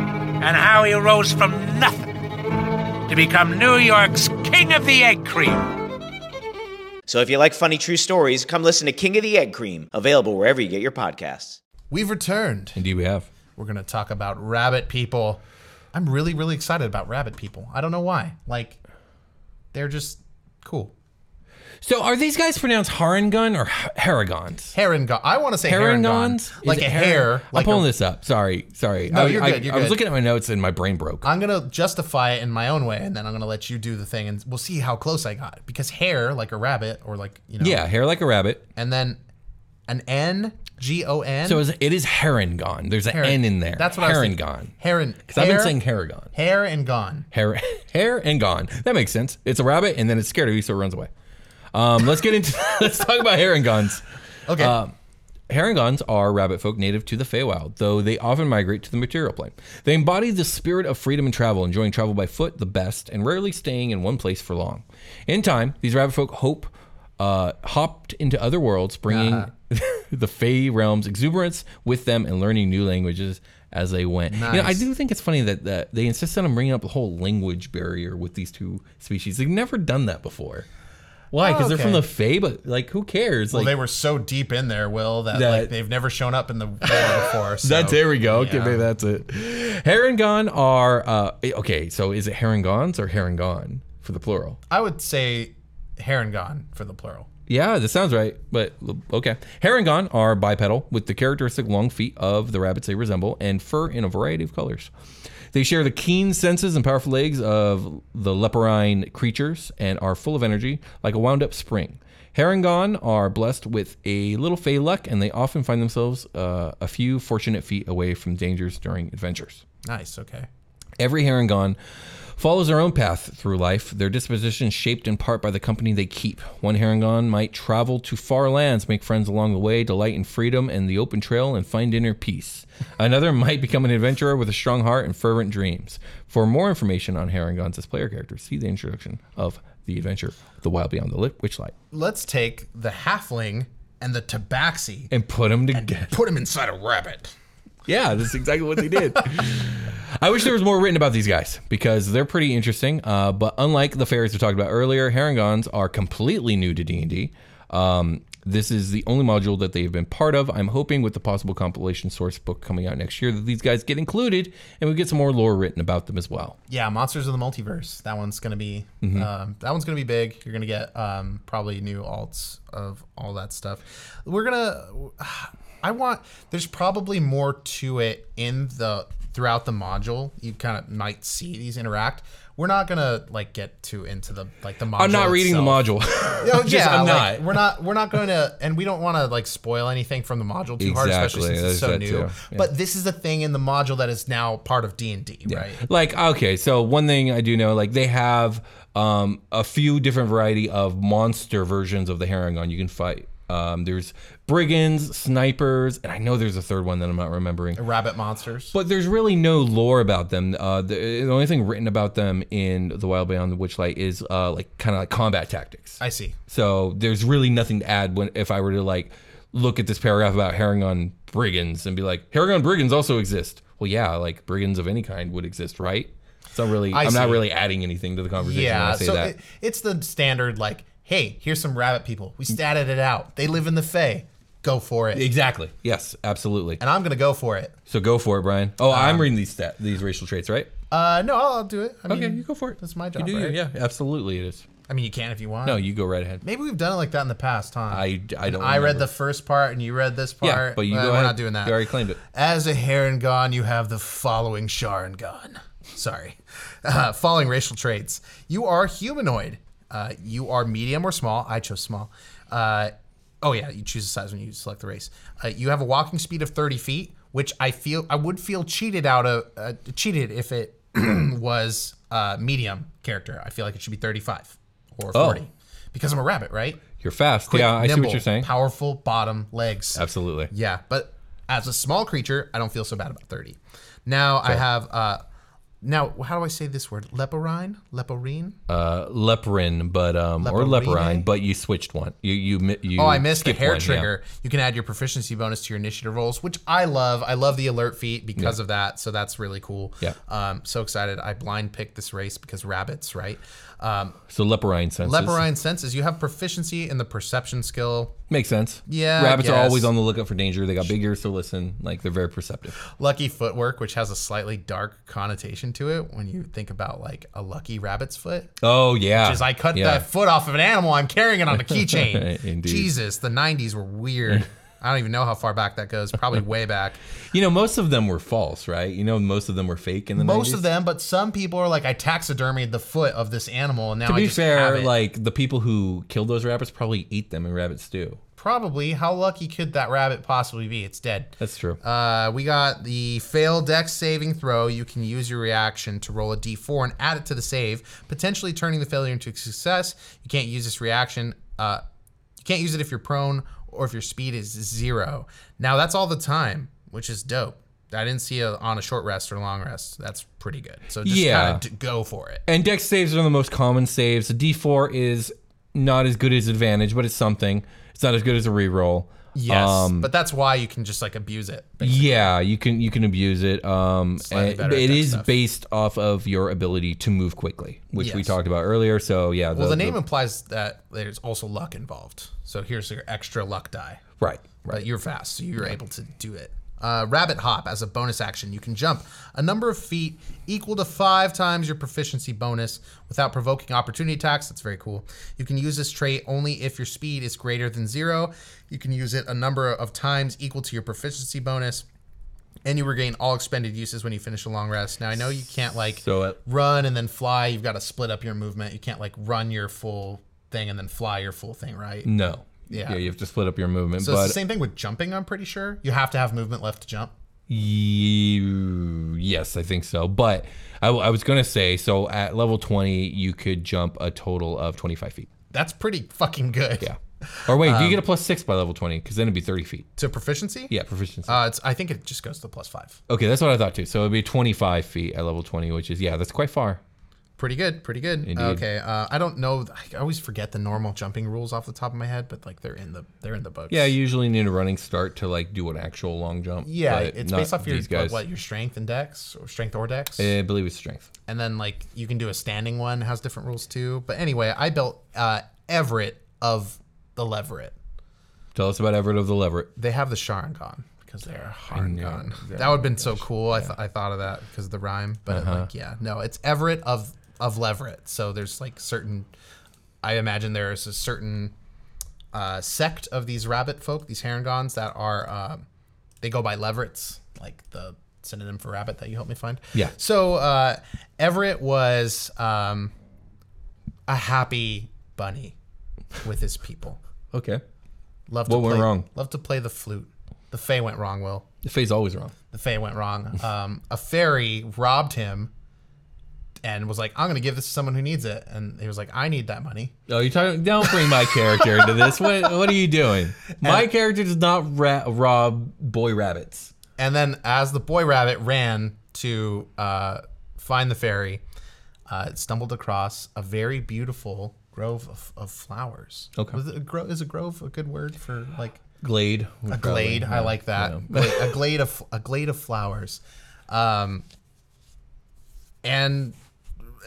[SPEAKER 9] and how he rose from nothing to become New York's king of the egg cream.
[SPEAKER 10] So if you like funny true stories, come listen to King of the Egg Cream, available wherever you get your podcasts.
[SPEAKER 4] We've returned.
[SPEAKER 3] Indeed, we have.
[SPEAKER 4] We're gonna talk about rabbit people. I'm really, really excited about rabbit people. I don't know why. Like, they're just cool.
[SPEAKER 3] So are these guys pronounced Harangun or H- Haragons?
[SPEAKER 4] Herongon. I want to say
[SPEAKER 3] Harangons?
[SPEAKER 4] Herringons, like a hair. Like
[SPEAKER 3] I'm pulling
[SPEAKER 4] a-
[SPEAKER 3] this up. Sorry, sorry.
[SPEAKER 4] No,
[SPEAKER 3] I,
[SPEAKER 4] you're
[SPEAKER 3] I-
[SPEAKER 4] good, you're
[SPEAKER 3] I was
[SPEAKER 4] good.
[SPEAKER 3] looking at my notes and my brain broke.
[SPEAKER 4] I'm gonna justify it in my own way, and then I'm gonna let you do the thing, and we'll see how close I got. Because hair, like a rabbit, or like you know,
[SPEAKER 3] yeah, hair like a rabbit.
[SPEAKER 4] and then an N G O N.
[SPEAKER 3] So is- it is Harangon. There's an
[SPEAKER 4] Hair-
[SPEAKER 3] N in there.
[SPEAKER 4] That's what I was thinking.
[SPEAKER 3] Harangon.
[SPEAKER 4] Heron.
[SPEAKER 3] Because I've been
[SPEAKER 4] hair-
[SPEAKER 3] saying Haragon.
[SPEAKER 4] hair and gone.
[SPEAKER 3] Hair, hair and gone. That makes sense. It's a rabbit, and then it's scared of you, so it runs away. Um, let's get into. let's talk about hair and guns.
[SPEAKER 4] Okay.
[SPEAKER 3] Herringons are rabbit folk native to the Feywild, though they often migrate to the material plane. They embody the spirit of freedom and travel, enjoying travel by foot the best and rarely staying in one place for long. In time, these rabbit folk hope uh, hopped into other worlds, bringing
[SPEAKER 1] Uh-huh.
[SPEAKER 3] the Fey realm's exuberance with them and learning new languages as they went. You know, I
[SPEAKER 1] Nice.
[SPEAKER 3] do think it's funny that, that they insist on bringing up the whole language barrier with these two species. They've never done that before. Why? Because
[SPEAKER 1] Oh,
[SPEAKER 3] they're from the
[SPEAKER 1] okay.
[SPEAKER 3] Fey, but like, who cares?
[SPEAKER 1] Well,
[SPEAKER 3] like,
[SPEAKER 1] they were so deep in there, Will, that,
[SPEAKER 3] That-
[SPEAKER 1] like they've never shown up in the war before. So.
[SPEAKER 3] That's there we go. Okay,
[SPEAKER 1] Yeah.
[SPEAKER 3] maybe that's it. Herringon are uh, okay. So is it herringons or herringon for the plural?
[SPEAKER 1] I would say Herengon for the plural.
[SPEAKER 3] Yeah, that sounds right. But okay, herringon are bipedal with the characteristic long feet of the rabbits they resemble and fur in a variety of colors. They share the keen senses and powerful legs of the leporine creatures and are full of energy like a wound up spring. Herringon are blessed with a little fey luck and they often find themselves uh, a few fortunate feet away from dangers during adventures.
[SPEAKER 1] Nice. Okay.
[SPEAKER 3] Every Herengon follows their own path through life, their disposition shaped in part by the company they keep. One Herengon might travel to far lands, make friends along the way, delight in freedom and the open trail, and find inner peace. Another might become an adventurer with a strong heart and fervent dreams. For more information on Herengons as player characters, see the introduction of The Adventure, The Wild Beyond the Lit Witchlight,
[SPEAKER 1] Let's take the halfling and the tabaxi,
[SPEAKER 3] and put them together.
[SPEAKER 1] put them inside a rabbit.
[SPEAKER 3] Yeah, that's exactly what they did. I wish there was more written about these guys because they're pretty interesting. Uh, but unlike the fairies we talked about earlier, Herringons are completely new to D and D. This is the only module that they've been part of. I'm hoping with the possible compilation source book coming out next year that these guys get included and we get some more lore written about them as well.
[SPEAKER 1] Yeah, Monsters of the Multiverse. That one's gonna be
[SPEAKER 3] Mhm.
[SPEAKER 1] um, that one's gonna be big. You're gonna get um, probably new alts of all that stuff. We're gonna. I want. There's probably more to it in the throughout the module. You kind of might see these interact. We're not gonna like get too into the like the module.
[SPEAKER 3] I'm not reading
[SPEAKER 1] itself.
[SPEAKER 3] the module.
[SPEAKER 1] Oh,
[SPEAKER 3] Just-
[SPEAKER 1] yeah,
[SPEAKER 3] I'm
[SPEAKER 1] like,
[SPEAKER 3] not.
[SPEAKER 1] We're not. We're not going to, and we don't want to like spoil anything from the module too hard, especially
[SPEAKER 3] Exactly,
[SPEAKER 1] since it's so
[SPEAKER 3] there's that
[SPEAKER 1] new.
[SPEAKER 3] too, yeah.
[SPEAKER 1] But this is the thing in the module that is now part of D and D, right?
[SPEAKER 3] Like, okay, so one thing I do know, like they have um, a few different variety of monster versions of the Herringon you can fight. Um, there's brigands, snipers, and I know there's a third one that I'm not remembering.
[SPEAKER 1] Rabbit monsters.
[SPEAKER 3] But there's really no lore about them. Uh, the, the only thing written about them in The Wild Beyond the Witchlight is uh, like kind of like combat tactics.
[SPEAKER 1] I see.
[SPEAKER 3] So there's really nothing to add when if I were to like look at this paragraph about Herringon brigands and be like, Herringon brigands also exist. Well, yeah, like brigands of any kind would exist, right? So I'm really,
[SPEAKER 1] I
[SPEAKER 3] I am not
[SPEAKER 1] see.
[SPEAKER 3] really adding anything to the conversation when I
[SPEAKER 1] Yeah.
[SPEAKER 3] say
[SPEAKER 1] So
[SPEAKER 3] that.
[SPEAKER 1] it, it's the standard like, hey, here's some rabbit people. We statted it out. They live in the Fey. Go for it.
[SPEAKER 3] exactly. Yes, absolutely.
[SPEAKER 1] And Um, I'm gonna go for it.
[SPEAKER 3] So go for it, Brian. Oh, I'm reading these stat, these racial traits, right?
[SPEAKER 1] Uh, no, I'll, I'll do it. I
[SPEAKER 3] Okay,
[SPEAKER 1] mean,
[SPEAKER 3] you go for it.
[SPEAKER 1] That's my
[SPEAKER 3] You
[SPEAKER 1] job.
[SPEAKER 3] do, you.
[SPEAKER 1] right? Uh,
[SPEAKER 3] yeah, absolutely, it is.
[SPEAKER 1] I mean, you can if you want.
[SPEAKER 3] No, you go right ahead.
[SPEAKER 1] Maybe we've done it like that in the past, huh?
[SPEAKER 3] I, I don't.
[SPEAKER 1] I read
[SPEAKER 3] remember.
[SPEAKER 1] the first part and you read this part.
[SPEAKER 3] Yeah, but you
[SPEAKER 1] Uh,
[SPEAKER 3] go
[SPEAKER 1] we're
[SPEAKER 3] ahead.
[SPEAKER 1] not doing that.
[SPEAKER 3] You already claimed it.
[SPEAKER 1] As a Herengon, you have the following Sharangon. Sorry. Uh, following racial traits. You are humanoid. Uh, you are medium or small. I chose small. Uh, oh, yeah. You choose a size when you select the race. Uh, you have a walking speed of 30 feet, which I feel I would feel cheated out of, uh, cheated if it was uh, medium character. I feel like it should be 35 or
[SPEAKER 3] Oh.
[SPEAKER 1] 40 because I'm a rabbit, right?
[SPEAKER 3] You're fast.
[SPEAKER 1] Quick,
[SPEAKER 3] yeah, I see
[SPEAKER 1] nimble,
[SPEAKER 3] what you're saying.
[SPEAKER 1] Powerful bottom legs.
[SPEAKER 3] Absolutely.
[SPEAKER 1] Yeah, but as a small creature, I don't feel so bad about 30. Now I have uh now how do I say this word? Leporine? Leporine?
[SPEAKER 3] uh, leperin, but um, or
[SPEAKER 1] Leporine?
[SPEAKER 3] leperine, but you switched one. You you mi- you.
[SPEAKER 1] Oh, I missed the
[SPEAKER 3] skipped
[SPEAKER 1] hair
[SPEAKER 3] one, yeah.
[SPEAKER 1] trigger. You can add your proficiency bonus to your initiative rolls, which I love. I love the alert feat because of that. So that's really cool.
[SPEAKER 3] Yeah.
[SPEAKER 1] Um so excited. I blind picked this race because rabbits, right? Um
[SPEAKER 3] So leperine senses.
[SPEAKER 1] Leporine senses you have proficiency in the perception skill.
[SPEAKER 3] makes sense.
[SPEAKER 1] Yeah, I
[SPEAKER 3] rabbits are
[SPEAKER 1] guess.
[SPEAKER 3] always on the lookout for danger. They got big ears to listen. Like they're very perceptive.
[SPEAKER 1] lucky footwork which has a slightly dark connotation to it when you think about like a lucky rabbit's foot
[SPEAKER 3] Oh yeah,
[SPEAKER 1] which is i cut
[SPEAKER 3] yeah.
[SPEAKER 1] that foot off of an animal i'm carrying it on a keychain
[SPEAKER 3] Indeed.
[SPEAKER 1] jesus the 90s were weird i don't even know how far back that goes probably way back
[SPEAKER 3] You know, most of them were false, right? You know, most of them were fake in the
[SPEAKER 1] most
[SPEAKER 3] 90s.
[SPEAKER 1] of them but some people are like i taxidermied the foot of this animal and now
[SPEAKER 3] To
[SPEAKER 1] i
[SPEAKER 3] be
[SPEAKER 1] just have
[SPEAKER 3] fair,
[SPEAKER 1] it.
[SPEAKER 3] like the people who killed those rabbits probably eat them in rabbit stew.
[SPEAKER 1] probably how lucky could that rabbit possibly be it's dead
[SPEAKER 3] That's true.
[SPEAKER 1] Uh, we got the fail dex saving throw. You can use your reaction to roll a d4 and add it to the save, potentially turning the failure into a success. You can't use this reaction. Uh, you can't use it if you're prone or if your speed is zero. Now that's all the time, which is dope. I didn't see a on a short rest or long rest. That's pretty good. So just
[SPEAKER 3] Yeah.
[SPEAKER 1] kind of d- go for it.
[SPEAKER 3] And dex saves are the most common saves. A D4 is not as good as advantage, but it's something. It's not as good as a reroll.
[SPEAKER 1] Yes,
[SPEAKER 3] Um,
[SPEAKER 1] but that's why you can just like abuse it.
[SPEAKER 3] yeah, you can you can abuse it. Um,
[SPEAKER 1] Slightly
[SPEAKER 3] and-
[SPEAKER 1] better
[SPEAKER 3] but
[SPEAKER 1] at
[SPEAKER 3] it
[SPEAKER 1] that
[SPEAKER 3] is
[SPEAKER 1] stuff.
[SPEAKER 3] based off of your ability to move quickly, which we
[SPEAKER 1] Yes.
[SPEAKER 3] talked about earlier. So yeah,
[SPEAKER 1] well, the name implies that there's also luck involved. So here's your extra luck die.
[SPEAKER 3] Right,
[SPEAKER 1] But you're fast, so you're able to do it. Uh, rabbit hop as a bonus action. You can jump a number of feet equal to five times your proficiency bonus without provoking opportunity attacks. That's very cool. You can use this trait only if your speed is greater than zero. You can use it a number of times equal to your proficiency bonus. And you regain all expended uses when you finish a long rest. Now I know you can't like
[SPEAKER 3] So it-
[SPEAKER 1] run and then fly. You've got to split up your movement. You can't like run your full thing and then fly your full thing, right?
[SPEAKER 3] no.
[SPEAKER 1] Yeah.
[SPEAKER 3] yeah, you have to split up your movement.
[SPEAKER 1] So
[SPEAKER 3] but
[SPEAKER 1] it's the same thing with jumping. I'm pretty sure you have to have movement left to jump.
[SPEAKER 3] You, yes, I think so. But I, I was gonna say, so at level twenty, you could jump a total of twenty-five feet.
[SPEAKER 1] That's pretty fucking good. Yeah.
[SPEAKER 3] Or wait, do you
[SPEAKER 1] Um,
[SPEAKER 3] get a plus six by level twenty? Because then it'd be thirty feet.
[SPEAKER 1] To proficiency?
[SPEAKER 3] Yeah, proficiency.
[SPEAKER 1] Uh, it's, I think it just goes to plus five.
[SPEAKER 3] okay, that's what I thought too. So it'd be twenty-five feet at level twenty, which is yeah, that's quite far.
[SPEAKER 1] Pretty good. Pretty good.
[SPEAKER 3] Indeed.
[SPEAKER 1] Okay. Uh, I don't know. I always forget the normal jumping rules off the top of my head, but like they're in the they're in the books.
[SPEAKER 3] Yeah, you usually need a running start to like do an actual long jump.
[SPEAKER 1] Yeah.
[SPEAKER 3] but
[SPEAKER 1] It's
[SPEAKER 3] not
[SPEAKER 1] based off your
[SPEAKER 3] these guys. Eh.
[SPEAKER 1] what your strength and dex or strength or dex.
[SPEAKER 3] I believe it's strength.
[SPEAKER 1] and then like you can do a standing one has different rules too. But anyway, I built uh, Everett of the Leveret.
[SPEAKER 3] Tell us about Everett of the Leveret.
[SPEAKER 1] They have the Sharingan because they're Haringan.
[SPEAKER 3] Yeah.
[SPEAKER 1] That would have been so cool. I, th- I thought of that because of the rhyme, but
[SPEAKER 3] Uh-huh.
[SPEAKER 1] like yeah, no, it's Everett of of Leverett. So there's like certain, I imagine there is a certain uh, sect of these rabbit folk, these Haringons that are um, they go by Leverets, like the synonym for rabbit that you helped me find.
[SPEAKER 3] Yeah.
[SPEAKER 1] So uh, Everett was um, a happy bunny with his people.
[SPEAKER 3] Okay.
[SPEAKER 1] Love
[SPEAKER 3] What
[SPEAKER 1] to
[SPEAKER 3] went
[SPEAKER 1] play,
[SPEAKER 3] wrong?
[SPEAKER 1] Love to play the flute. The Fae went wrong, Will.
[SPEAKER 3] The Fae's always wrong.
[SPEAKER 1] The Fae went wrong. Um, a fairy robbed him and was like, I'm going to give this to someone who needs it. And he was like, I need that money.
[SPEAKER 3] Oh, you're talking. Don't bring my character into this. What What are you doing? My character does not ra- rob boy rabbits.
[SPEAKER 1] And then as the boy rabbit ran to uh, find the fairy, uh, it stumbled across a very beautiful grove of, of flowers.
[SPEAKER 3] Okay.
[SPEAKER 1] Was it a gro- is a grove a good word for like
[SPEAKER 3] Glade.
[SPEAKER 1] a glade. I like that. Gla- a glade of a glade of flowers, um, and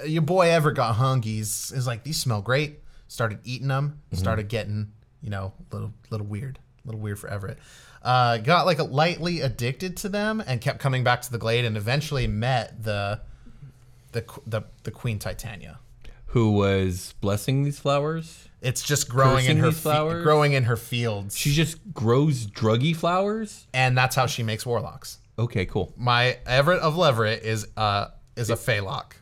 [SPEAKER 1] your boy ever got hungies. Is like these smell great. Started eating them.
[SPEAKER 3] Mhm.
[SPEAKER 1] Started getting you know little little weird, little weird for Everett. Uh, got like lightly addicted to them and kept coming back to the glade and eventually met the the qu- the, the Queen Titania.
[SPEAKER 3] Who was blessing these flowers?
[SPEAKER 1] It's just growing in
[SPEAKER 3] Cursing
[SPEAKER 1] her
[SPEAKER 3] these
[SPEAKER 1] fe-
[SPEAKER 3] flowers?
[SPEAKER 1] growing in her fields.
[SPEAKER 3] She just grows druggy flowers,
[SPEAKER 1] and that's how she makes warlocks.
[SPEAKER 3] Okay, cool.
[SPEAKER 1] My Everett of Leverett is uh is a Feylock.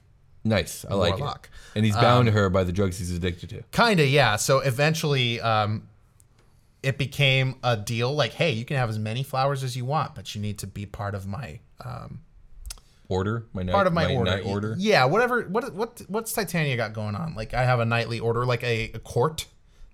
[SPEAKER 3] Nice. I like
[SPEAKER 1] Warlock.
[SPEAKER 3] it. And he's
[SPEAKER 1] Um,
[SPEAKER 3] bound to her by the drugs he's addicted to.
[SPEAKER 1] Kinda, yeah. So eventually, um, it became a deal. Like, hey, you can have as many flowers as you want, but you need to be part of my um,
[SPEAKER 3] Order. My night,
[SPEAKER 1] part of my, order.
[SPEAKER 3] Night order.
[SPEAKER 1] Yeah, whatever. What what what's Titania got going on? Like, I have a nightly order, like a, a court,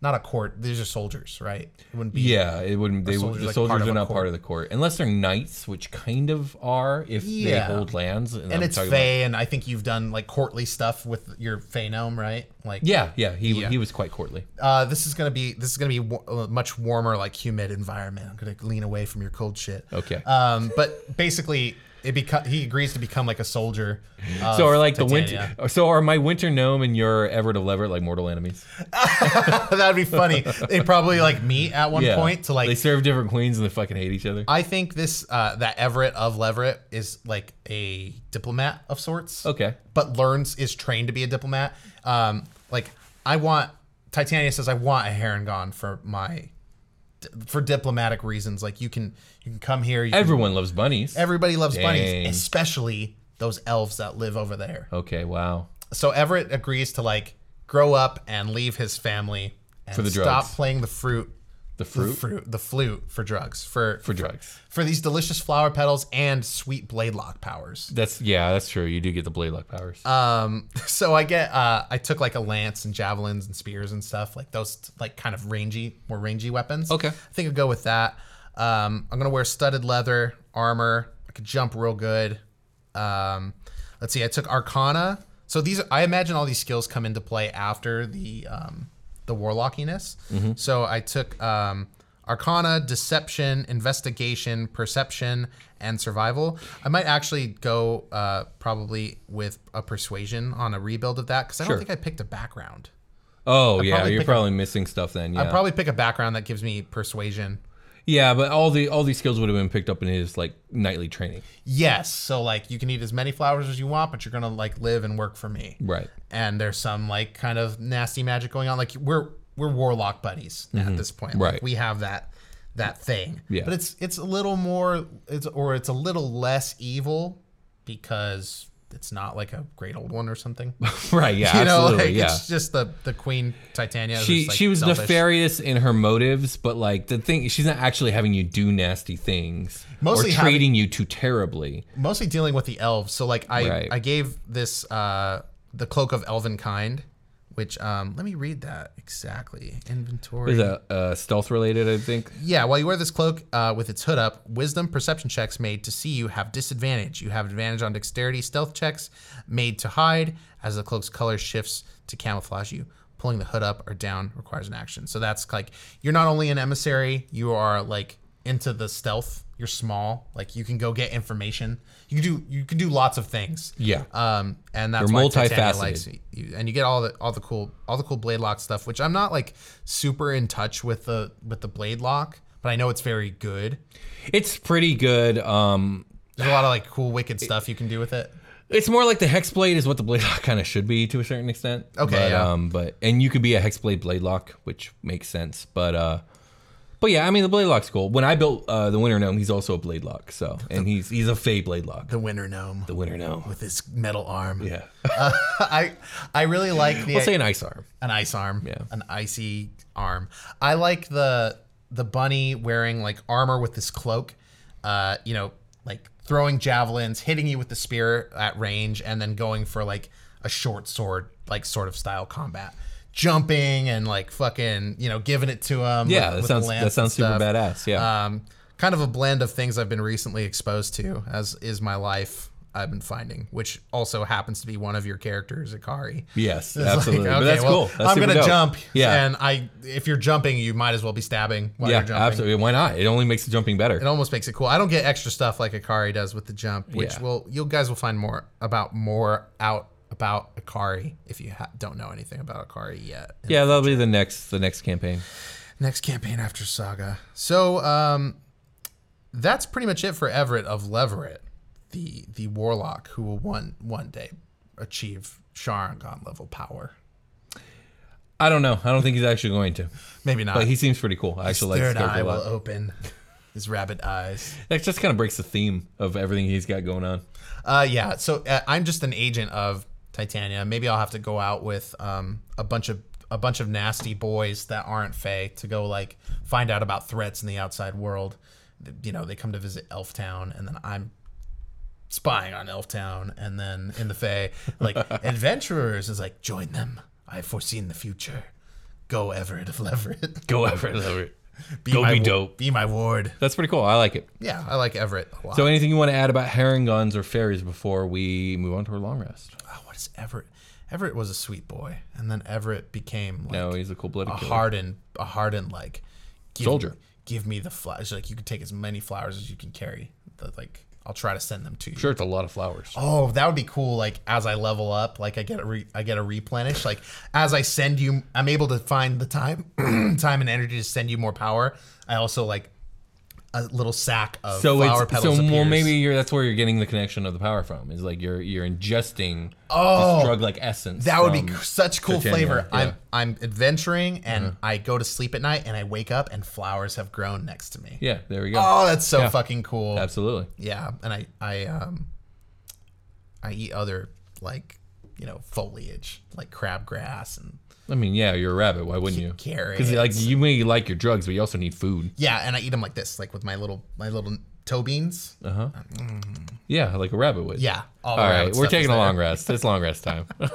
[SPEAKER 1] not a court. These are soldiers, right? It wouldn't be.
[SPEAKER 3] Yeah, it wouldn't.
[SPEAKER 1] Are
[SPEAKER 3] They,
[SPEAKER 1] soldiers,
[SPEAKER 3] the
[SPEAKER 1] like,
[SPEAKER 3] soldiers
[SPEAKER 1] part of
[SPEAKER 3] are
[SPEAKER 1] a
[SPEAKER 3] not
[SPEAKER 1] court?
[SPEAKER 3] part of the court unless they're knights, which kind of are if
[SPEAKER 1] Yeah.
[SPEAKER 3] they hold lands.
[SPEAKER 1] And,
[SPEAKER 3] I'm
[SPEAKER 1] it's
[SPEAKER 3] talking
[SPEAKER 1] Fey, and I think you've done like courtly stuff with your Fey gnome, right? Like,
[SPEAKER 3] about- yeah, yeah. He
[SPEAKER 1] Yeah.
[SPEAKER 3] he was quite courtly.
[SPEAKER 1] uh, this is gonna be this is gonna be wa- uh, much warmer, like humid environment. I'm gonna lean away from your cold shit.
[SPEAKER 3] Okay.
[SPEAKER 1] Um, but basically, it beco- he agrees to become like a soldier. of
[SPEAKER 3] so are like the
[SPEAKER 1] Titania.
[SPEAKER 3] winter. So are my winter gnome and your Everett of Leverett like mortal enemies?
[SPEAKER 1] That'd be funny. They probably like meet at one
[SPEAKER 3] Yeah.
[SPEAKER 1] point to like.
[SPEAKER 3] they serve different queens and they fucking hate each other.
[SPEAKER 1] I think this uh, that Everett of Leverett is like a diplomat of sorts.
[SPEAKER 3] Okay.
[SPEAKER 1] But learns is trained to be a diplomat. Um, like I want Titania says I want a Harangon for my for diplomatic reasons. Like you can you can come here. You can-
[SPEAKER 3] Everyone loves bunnies.
[SPEAKER 1] Everybody loves
[SPEAKER 3] Dang. Oh.
[SPEAKER 1] bunnies, especially those elves that live over there.
[SPEAKER 3] Okay, wow.
[SPEAKER 1] So Everett agrees to like grow up and leave his family and
[SPEAKER 3] For the
[SPEAKER 1] stop
[SPEAKER 3] drugs.
[SPEAKER 1] playing the fruit
[SPEAKER 3] The fruit?
[SPEAKER 1] the fruit, the flute for drugs, for
[SPEAKER 3] For drugs.
[SPEAKER 1] for these delicious flower petals and sweet blade lock powers.
[SPEAKER 3] That's yeah, that's true. You do get the blade luck powers.
[SPEAKER 1] Um, so I get, uh, I took like a lance and javelins and spears and stuff like those, like kind of rangy, more rangy weapons. Okay, I think I'd go with that. Um, I'm gonna wear studded leather armor. I could jump real good. Um, let's see, I took Arcana. So these, I imagine all these skills come into play after the um, the warlockiness.
[SPEAKER 3] Mm-hmm.
[SPEAKER 11] Mhm.
[SPEAKER 1] So I took um, Arcana, Deception, Investigation, Perception, and Survival. I might actually go uh, probably with a Persuasion on a rebuild of that because I
[SPEAKER 3] Sure.
[SPEAKER 1] don't think I picked a background.
[SPEAKER 3] oh
[SPEAKER 1] I'd
[SPEAKER 3] yeah,
[SPEAKER 1] probably
[SPEAKER 3] you're
[SPEAKER 1] pick a-
[SPEAKER 3] probably missing stuff then. Yeah.
[SPEAKER 1] I'd probably pick a background that gives me Persuasion.
[SPEAKER 3] yeah, but all the all these skills would have been picked up in his like nightly training.
[SPEAKER 1] Yes, so like you can eat as many flowers as you want, but you're gonna like live and work for me.
[SPEAKER 3] Right.
[SPEAKER 1] and there's some like kind of nasty magic going on. Like we're we're warlock buddies at
[SPEAKER 3] Mhm.
[SPEAKER 1] this point.
[SPEAKER 3] Right.
[SPEAKER 1] Like, we have that that thing.
[SPEAKER 3] Yeah.
[SPEAKER 1] But it's it's a little more it's or it's a little less evil because it's not like a great old one or something.
[SPEAKER 3] Right, yeah,
[SPEAKER 1] You know,
[SPEAKER 3] absolutely,
[SPEAKER 1] like
[SPEAKER 3] yeah.
[SPEAKER 1] it's just the the queen Titania.
[SPEAKER 3] She
[SPEAKER 1] who's, like,
[SPEAKER 3] she was
[SPEAKER 1] selfish.
[SPEAKER 3] nefarious in her motives, but like the thing she's not actually having you do nasty things
[SPEAKER 1] Mostly
[SPEAKER 3] or
[SPEAKER 1] having-
[SPEAKER 3] treating you too terribly.
[SPEAKER 1] mostly dealing with the elves. So like I
[SPEAKER 3] Right.
[SPEAKER 1] I gave this uh the cloak of elven kind, which um let me read that exactly. Inventory.
[SPEAKER 3] Is that uh, stealth related? I think.
[SPEAKER 1] Yeah, while you wear this cloak uh, with its hood up, wisdom perception checks made to see you have disadvantage. You have advantage on dexterity stealth checks made to hide as the cloak's color shifts to camouflage you. Pulling the hood up or down requires an action. So that's like you're not only an emissary, you are like into the stealth. You're small, like you can go get information. You can do you can do lots of things.
[SPEAKER 3] Yeah.
[SPEAKER 1] Um, and that's
[SPEAKER 3] You're
[SPEAKER 1] why Titania
[SPEAKER 3] multifaceted.
[SPEAKER 1] likes you, and you get all the all the cool all the cool blade lock stuff, which I'm not like super in touch with the with the blade lock, but I know it's very good.
[SPEAKER 3] It's pretty good. Um,
[SPEAKER 1] There's a lot of like cool wicked stuff you can do with it.
[SPEAKER 3] It's more like the hexblade is what the blade lock kind of should be to a certain extent.
[SPEAKER 1] Okay,
[SPEAKER 3] But,
[SPEAKER 1] yeah.
[SPEAKER 3] Um, but and you could be a hexblade blade lock, which makes sense. But uh, but yeah, I mean the blade lock's cool. When I built uh, the Winter Gnome, he's also a blade lock. So and he's he's a Fey blade lock.
[SPEAKER 1] The Winter Gnome.
[SPEAKER 3] The Winter Gnome
[SPEAKER 1] with his metal arm.
[SPEAKER 3] Yeah.
[SPEAKER 1] Uh, I I really like the
[SPEAKER 3] We'll say an ice arm.
[SPEAKER 1] An ice arm. Yeah. An icy arm. I like the the bunny wearing like armor with this cloak. Uh, you know, like throwing javelins, hitting you with the spear at range, and then going for like a short sword, like sort of style combat. Jumping and like fucking, you know, giving it to him. with-
[SPEAKER 3] Yeah, that
[SPEAKER 1] with
[SPEAKER 3] sounds-
[SPEAKER 1] the lance
[SPEAKER 3] that
[SPEAKER 1] and
[SPEAKER 3] sounds super
[SPEAKER 1] stuff.
[SPEAKER 3] badass, yeah.
[SPEAKER 1] um, kind of a blend of things I've been recently exposed to, as is my life. I've been finding, which also happens to be one of your characters, Akari.
[SPEAKER 3] Yes,
[SPEAKER 1] It's like,
[SPEAKER 3] absolutely. but that's
[SPEAKER 1] well,
[SPEAKER 3] cool. That's
[SPEAKER 1] I'm
[SPEAKER 3] super
[SPEAKER 1] gonna
[SPEAKER 3] dope.
[SPEAKER 1] jump.
[SPEAKER 3] Yeah.
[SPEAKER 1] and I, if you're jumping, you might as well be stabbing while
[SPEAKER 3] yeah,
[SPEAKER 1] you're jumping.
[SPEAKER 3] absolutely. Why not? It only makes the jumping better.
[SPEAKER 1] It almost makes it cool. I don't get extra stuff like Akari does with the jump, which
[SPEAKER 3] Yeah.
[SPEAKER 1] will you guys will find more about more out about Akari if you ha- don't know anything about Akari yet.
[SPEAKER 3] yeah, that'll be the next the next campaign.
[SPEAKER 1] Next campaign after Saga. So um, that's pretty much it for Everett of Leverett, the the warlock who will one one day achieve Sharangon level power.
[SPEAKER 3] I don't know. I don't think he's actually going to.
[SPEAKER 1] Maybe not.
[SPEAKER 3] But he seems pretty cool. I actually like
[SPEAKER 1] His
[SPEAKER 3] this
[SPEAKER 1] third eye
[SPEAKER 3] character a
[SPEAKER 1] will
[SPEAKER 3] lot.
[SPEAKER 1] open. His rabbit eyes.
[SPEAKER 3] That just kind of breaks the theme of everything he's got going on.
[SPEAKER 1] Uh, yeah. So uh, I'm just an agent of Titania. Maybe I'll have to go out with um, a bunch of a bunch of nasty boys that aren't Fey to go like find out about threats in the outside world. Th- You know, they come to visit Elf Town, and then I'm spying on Elf Town, and then in the Fey, like adventurers is like join them. I've foreseen the future. Go Everett of Leverett.
[SPEAKER 3] Go Everett of Leverett.
[SPEAKER 1] Be
[SPEAKER 3] Go
[SPEAKER 1] my
[SPEAKER 3] be
[SPEAKER 1] wa-
[SPEAKER 3] dope.
[SPEAKER 1] Be my ward.
[SPEAKER 3] That's pretty cool. I like it.
[SPEAKER 1] Yeah, I like Everett a lot.
[SPEAKER 3] So, anything you want to add about herring guns or fairies before we move on to our long rest?
[SPEAKER 1] Oh, what is Everett? Everett was a sweet boy, and then Everett became like
[SPEAKER 3] No, he's a cold-blooded
[SPEAKER 1] a
[SPEAKER 3] killer.
[SPEAKER 1] hardened, a hardened like give,
[SPEAKER 3] Soldier.
[SPEAKER 1] Give me the flowers. Like you can take as many flowers as you can carry. The, like I'll try to send them to you.
[SPEAKER 3] Sure, it's a lot of flowers.
[SPEAKER 1] Oh, that would be cool. Like as I level up, like I get a re- I get a replenish. Like as I send you, I'm able to find the time, time and energy to send you more power. I also like a little sack of
[SPEAKER 3] so
[SPEAKER 1] flower
[SPEAKER 3] it's so
[SPEAKER 1] petals.
[SPEAKER 3] well
[SPEAKER 1] appears.
[SPEAKER 3] maybe you're that's where you're getting the connection of the power from is like you're you're ingesting
[SPEAKER 1] Oh,
[SPEAKER 3] this drug like essence.
[SPEAKER 1] That would be
[SPEAKER 3] from
[SPEAKER 1] c- such cool
[SPEAKER 3] Titania.
[SPEAKER 1] flavor.
[SPEAKER 3] Yeah. Uh-huh.
[SPEAKER 1] I'm I'm adventuring and I go to sleep at night and I wake up and flowers have grown next to me.
[SPEAKER 3] Yeah, there we go.
[SPEAKER 1] Oh, that's so
[SPEAKER 3] Yeah.
[SPEAKER 1] fucking cool.
[SPEAKER 3] Absolutely.
[SPEAKER 1] Yeah, and I I um I eat other like you know foliage like crabgrass and
[SPEAKER 3] I mean, yeah, you're a rabbit. Why wouldn't you? Because like
[SPEAKER 1] Carrots.
[SPEAKER 3] you may like your drugs, but you also need food.
[SPEAKER 1] yeah, and I eat them like this, like with my little my little toe beans.
[SPEAKER 3] Uh huh. Yeah, like a rabbit would.
[SPEAKER 1] Yeah, all
[SPEAKER 3] All
[SPEAKER 1] the rabbit
[SPEAKER 3] right,
[SPEAKER 1] stuff
[SPEAKER 3] we're
[SPEAKER 1] is
[SPEAKER 3] taking a
[SPEAKER 1] there.
[SPEAKER 3] long rest. It's long rest time.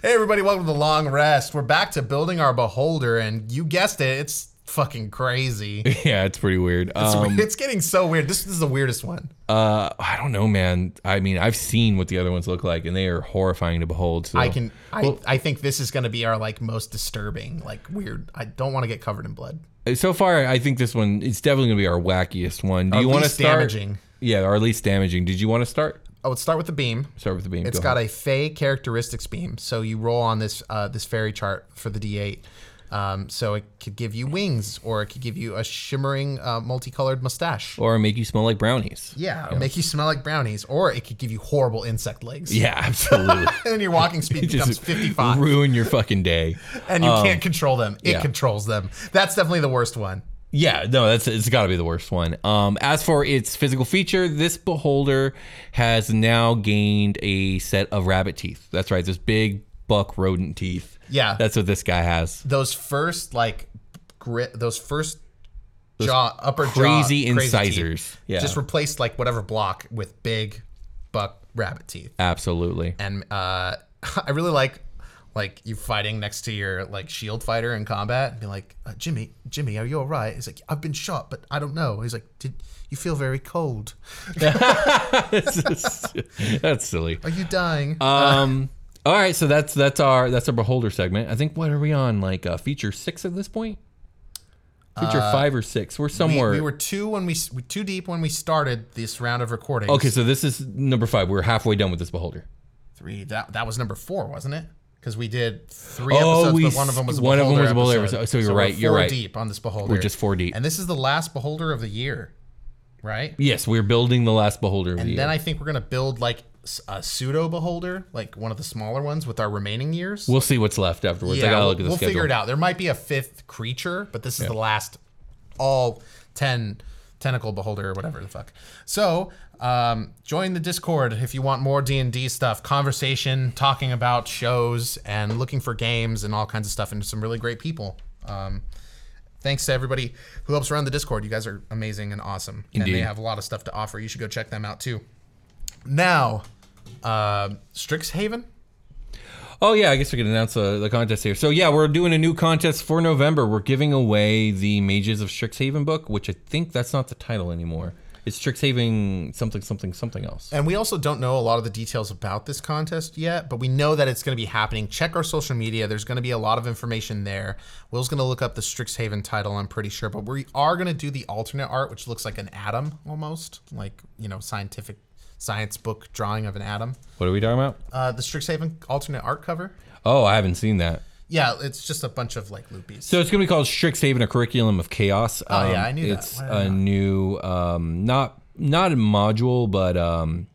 [SPEAKER 1] Hey everybody, welcome to the long rest. We're back to building our beholder, and you guessed it, it's fucking crazy. It's,
[SPEAKER 3] yeah, it's pretty weird. Um,
[SPEAKER 1] weird. it's getting so weird. This, this is the weirdest one.
[SPEAKER 3] Uh, I don't know, man. I mean, I've seen what the other ones look like, and they are horrifying to behold. So.
[SPEAKER 1] I can I,
[SPEAKER 3] Well-
[SPEAKER 1] I think this is gonna be our like most disturbing, like weird. I don't want to get covered in blood.
[SPEAKER 3] So far, I think this one it's definitely gonna be our wackiest one. Do
[SPEAKER 1] Our
[SPEAKER 3] you want to
[SPEAKER 1] least
[SPEAKER 3] start?
[SPEAKER 1] damaging.
[SPEAKER 3] Yeah, our least damaging. Did you want to start?
[SPEAKER 1] Oh, let's start with the beam.
[SPEAKER 3] Start with the beam.
[SPEAKER 1] It's
[SPEAKER 3] Go
[SPEAKER 1] got
[SPEAKER 3] ahead.
[SPEAKER 1] a Fey characteristics beam, so you roll on this uh, this fairy chart for the D8. Um, so it could give you wings, or it could give you a shimmering, uh, multicolored mustache.
[SPEAKER 3] or make you smell like brownies.
[SPEAKER 1] Yeah, it'll make you smell like brownies, or it could give you horrible insect legs.
[SPEAKER 3] Yeah, absolutely.
[SPEAKER 1] and then your walking speed becomes 55,
[SPEAKER 3] Ruin your fucking day.
[SPEAKER 1] and you
[SPEAKER 3] Um,
[SPEAKER 1] can't control them. It
[SPEAKER 3] yeah.
[SPEAKER 1] controls them. That's definitely the worst one.
[SPEAKER 3] Yeah, no, that's it's got to be the worst one. Um, as for its physical feature, this beholder has now gained a set of rabbit teeth. That's right, this big buck rodent teeth.
[SPEAKER 1] Yeah.
[SPEAKER 3] that's what this guy has.
[SPEAKER 1] Those first like grit, those first jaw upper
[SPEAKER 3] crazy
[SPEAKER 1] jaw, teeth
[SPEAKER 3] incisors. Yeah.
[SPEAKER 1] just replaced like whatever block with big buck rabbit teeth.
[SPEAKER 3] Absolutely.
[SPEAKER 1] and uh, I really like like you fighting next to your like shield fighter in combat and be like uh, Jimmy Jimmy are you all right he's like I've been shot but I don't know he's like did you feel very cold
[SPEAKER 3] that's silly.
[SPEAKER 1] are you dying
[SPEAKER 3] Um, all right, so that's that's our that's our beholder segment. I think what are we on? Like uh, feature six at this point? Feature
[SPEAKER 1] Uh,
[SPEAKER 3] five or six? We're
[SPEAKER 1] We-
[SPEAKER 3] somewhere.
[SPEAKER 1] we, were two when we s- we two deep when we started this round of recordings
[SPEAKER 3] okay, so this is number five. We're halfway done with this beholder.
[SPEAKER 1] three that that was number four wasn't it because we did three
[SPEAKER 3] Oh,
[SPEAKER 1] episodes
[SPEAKER 3] we
[SPEAKER 1] but one of them was a
[SPEAKER 3] one of them
[SPEAKER 1] beholder
[SPEAKER 3] was a beholder
[SPEAKER 1] episode.
[SPEAKER 3] episode. So you're
[SPEAKER 1] we're
[SPEAKER 3] right, you're
[SPEAKER 1] four
[SPEAKER 3] right.
[SPEAKER 1] deep on this beholder
[SPEAKER 3] We're just four deep.
[SPEAKER 1] and this is the last beholder of the year right
[SPEAKER 3] Yes, we're building the last beholder of the
[SPEAKER 1] And
[SPEAKER 3] year.
[SPEAKER 1] then I think we're gonna build like s- a pseudo beholder, like one of the smaller ones, with our remaining years.
[SPEAKER 3] we'll see what's left afterwards. I gotta
[SPEAKER 1] we'll,
[SPEAKER 3] look at the
[SPEAKER 1] we'll
[SPEAKER 3] schedule.
[SPEAKER 1] figure it out. There might be a fifth creature, but this is
[SPEAKER 3] Yeah.
[SPEAKER 1] the last all ten tentacle beholder or whatever the fuck. So um, join the Discord if you want more D and D stuff, conversation, talking about shows, and looking for games and all kinds of stuff, and some really great people. Um, thanks to everybody who helps run the Discord. You guys are amazing and awesome, and they
[SPEAKER 3] Indeed.
[SPEAKER 1] have a lot of stuff to offer. You should go check them out too. Now, uh, Strixhaven.
[SPEAKER 3] Oh yeah, I guess we can announce uh, the contest here. So yeah, we're doing a new contest for November. We're giving away the Mages of Strixhaven book, which I think that's not the title anymore. It's Strixhaven something something something else.
[SPEAKER 1] And we also don't know a lot of the details about this contest yet, but we know that it's going to be happening. Check our social media. There's going to be a lot of information there. Will's going to look up the Strixhaven title, I'm pretty sure, but we are going to do the alternate art, which looks like an atom almost, like, you know, scientific science book drawing of an atom.
[SPEAKER 3] What are we talking about?
[SPEAKER 1] Uh, the Strixhaven alternate art cover.
[SPEAKER 3] Oh, I haven't seen that.
[SPEAKER 1] Yeah, it's just a bunch of like loopies.
[SPEAKER 3] So it's going to be called Strixhaven: A Curriculum of Chaos. Um,
[SPEAKER 1] Oh, yeah, I knew that.
[SPEAKER 3] It's
[SPEAKER 1] Why did I
[SPEAKER 3] a new, um, not not a module, but um,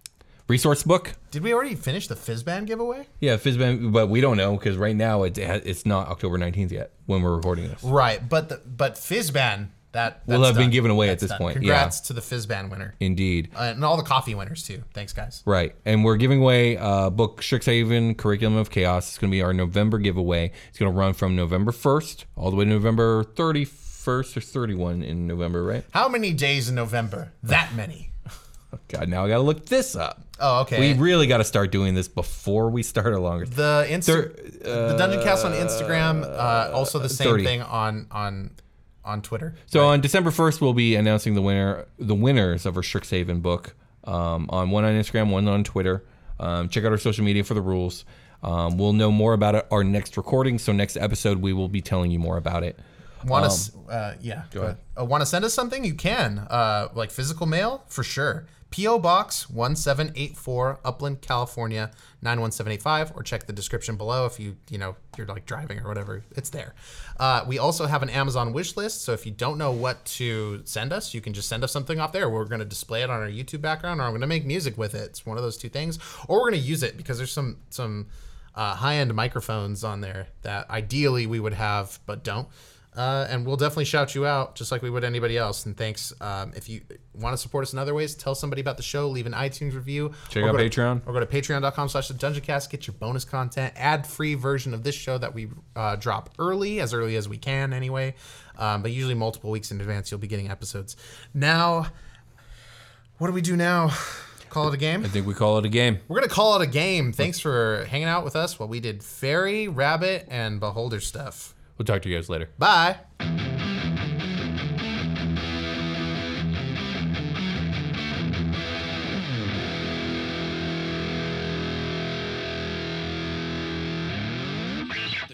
[SPEAKER 3] resource book.
[SPEAKER 1] Did we already finish the Fizzband giveaway?
[SPEAKER 3] Yeah, Fizban, but we don't know because right now it, it's not October nineteenth yet when we're recording this.
[SPEAKER 1] Right, but the but Fizzban that
[SPEAKER 3] Will
[SPEAKER 1] that's
[SPEAKER 3] have been
[SPEAKER 1] done.
[SPEAKER 3] given away at
[SPEAKER 1] That's
[SPEAKER 3] this
[SPEAKER 1] done.
[SPEAKER 3] point, yeah.
[SPEAKER 1] Congrats to the Fizzban winner.
[SPEAKER 3] Indeed.
[SPEAKER 1] Uh, and all the coffee winners too. Thanks, guys.
[SPEAKER 3] Right. And we're giving away uh, book Strixhaven Curriculum of Chaos. It's going to be our November giveaway. It's going to run from November 1st all the way to November 31st or 31 in November, right?
[SPEAKER 1] How many days in November? That many.
[SPEAKER 3] God, now I got to look this up.
[SPEAKER 1] Oh, okay.
[SPEAKER 3] We really got to start doing this before we start a longer.
[SPEAKER 1] the Insta-
[SPEAKER 3] Thir-
[SPEAKER 1] the Dungeon Cast on Instagram. Uh, also the same
[SPEAKER 3] 30.
[SPEAKER 1] thing on on on Twitter.
[SPEAKER 3] so on December 1st, we'll be announcing the winner, the winners of our Strixhaven book um, on one on Instagram, one on Twitter. Um, check out our social media for the rules. Um, we'll know more about it our next recording. So next episode, we will be telling you more about it.
[SPEAKER 1] Want
[SPEAKER 3] Um,
[SPEAKER 1] to? uh, yeah.
[SPEAKER 3] go ahead.
[SPEAKER 1] Uh, Want to send us something? You can. Uh, like physical mail for sure. P.O. Box 1784, Upland, California 91785, or check the description below if you, you know, you're like driving or whatever, it's there. Uh, we also have an Amazon wish list, so if you don't know what to send us, you can just send us something off there. We're going to display it on our YouTube background, or I'm going to make music with it. It's one of those two things, or we're going to use it because there's some some uh, high end microphones on there that ideally we would have, but don't. Uh, and we'll definitely shout you out just like we would anybody else. And thanks. Um, if you want to support us in other ways, tell somebody about the show, leave an iTunes review.
[SPEAKER 3] Check
[SPEAKER 1] or
[SPEAKER 3] out
[SPEAKER 1] go to-
[SPEAKER 3] Patreon.
[SPEAKER 1] Or go to patreon.com slash the dungeon cast. Get your bonus content, ad free version of this show that we uh, drop early, as early as we can anyway. Um, but usually multiple weeks in advance, you'll be getting episodes. Now, what do we do now? Call it a game?
[SPEAKER 3] I think we call it a game.
[SPEAKER 1] We're gonna call it a game. Thanks for hanging out with us while we did fairy, rabbit, and beholder stuff.
[SPEAKER 3] We'll talk to you guys later.
[SPEAKER 1] Bye.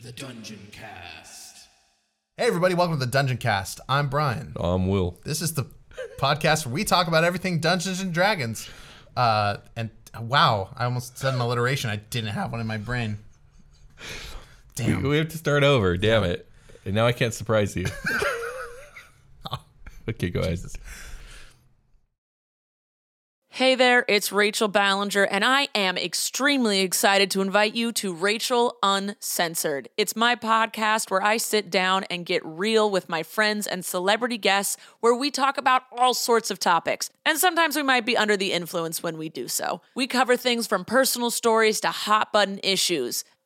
[SPEAKER 11] The Dungeon Cast.
[SPEAKER 1] Hey everybody, welcome to the Dungeon Cast. I'm Brian.
[SPEAKER 3] I'm Will.
[SPEAKER 1] This is the podcast where we talk about everything Dungeons and Dragons. Uh, and wow, I almost said an alliteration. I didn't have one in my brain. Damn.
[SPEAKER 3] We, we have to start over. Damn it. And now I can't surprise you. okay, go ahead.
[SPEAKER 6] Hey there, it's Rachel Ballinger, and I am extremely excited to invite you to Rachel Uncensored. It's my podcast where I sit down and get real with my friends and celebrity guests, where we talk about all sorts of topics. And sometimes we might be under the influence when we do so. We cover things from personal stories to hot button issues.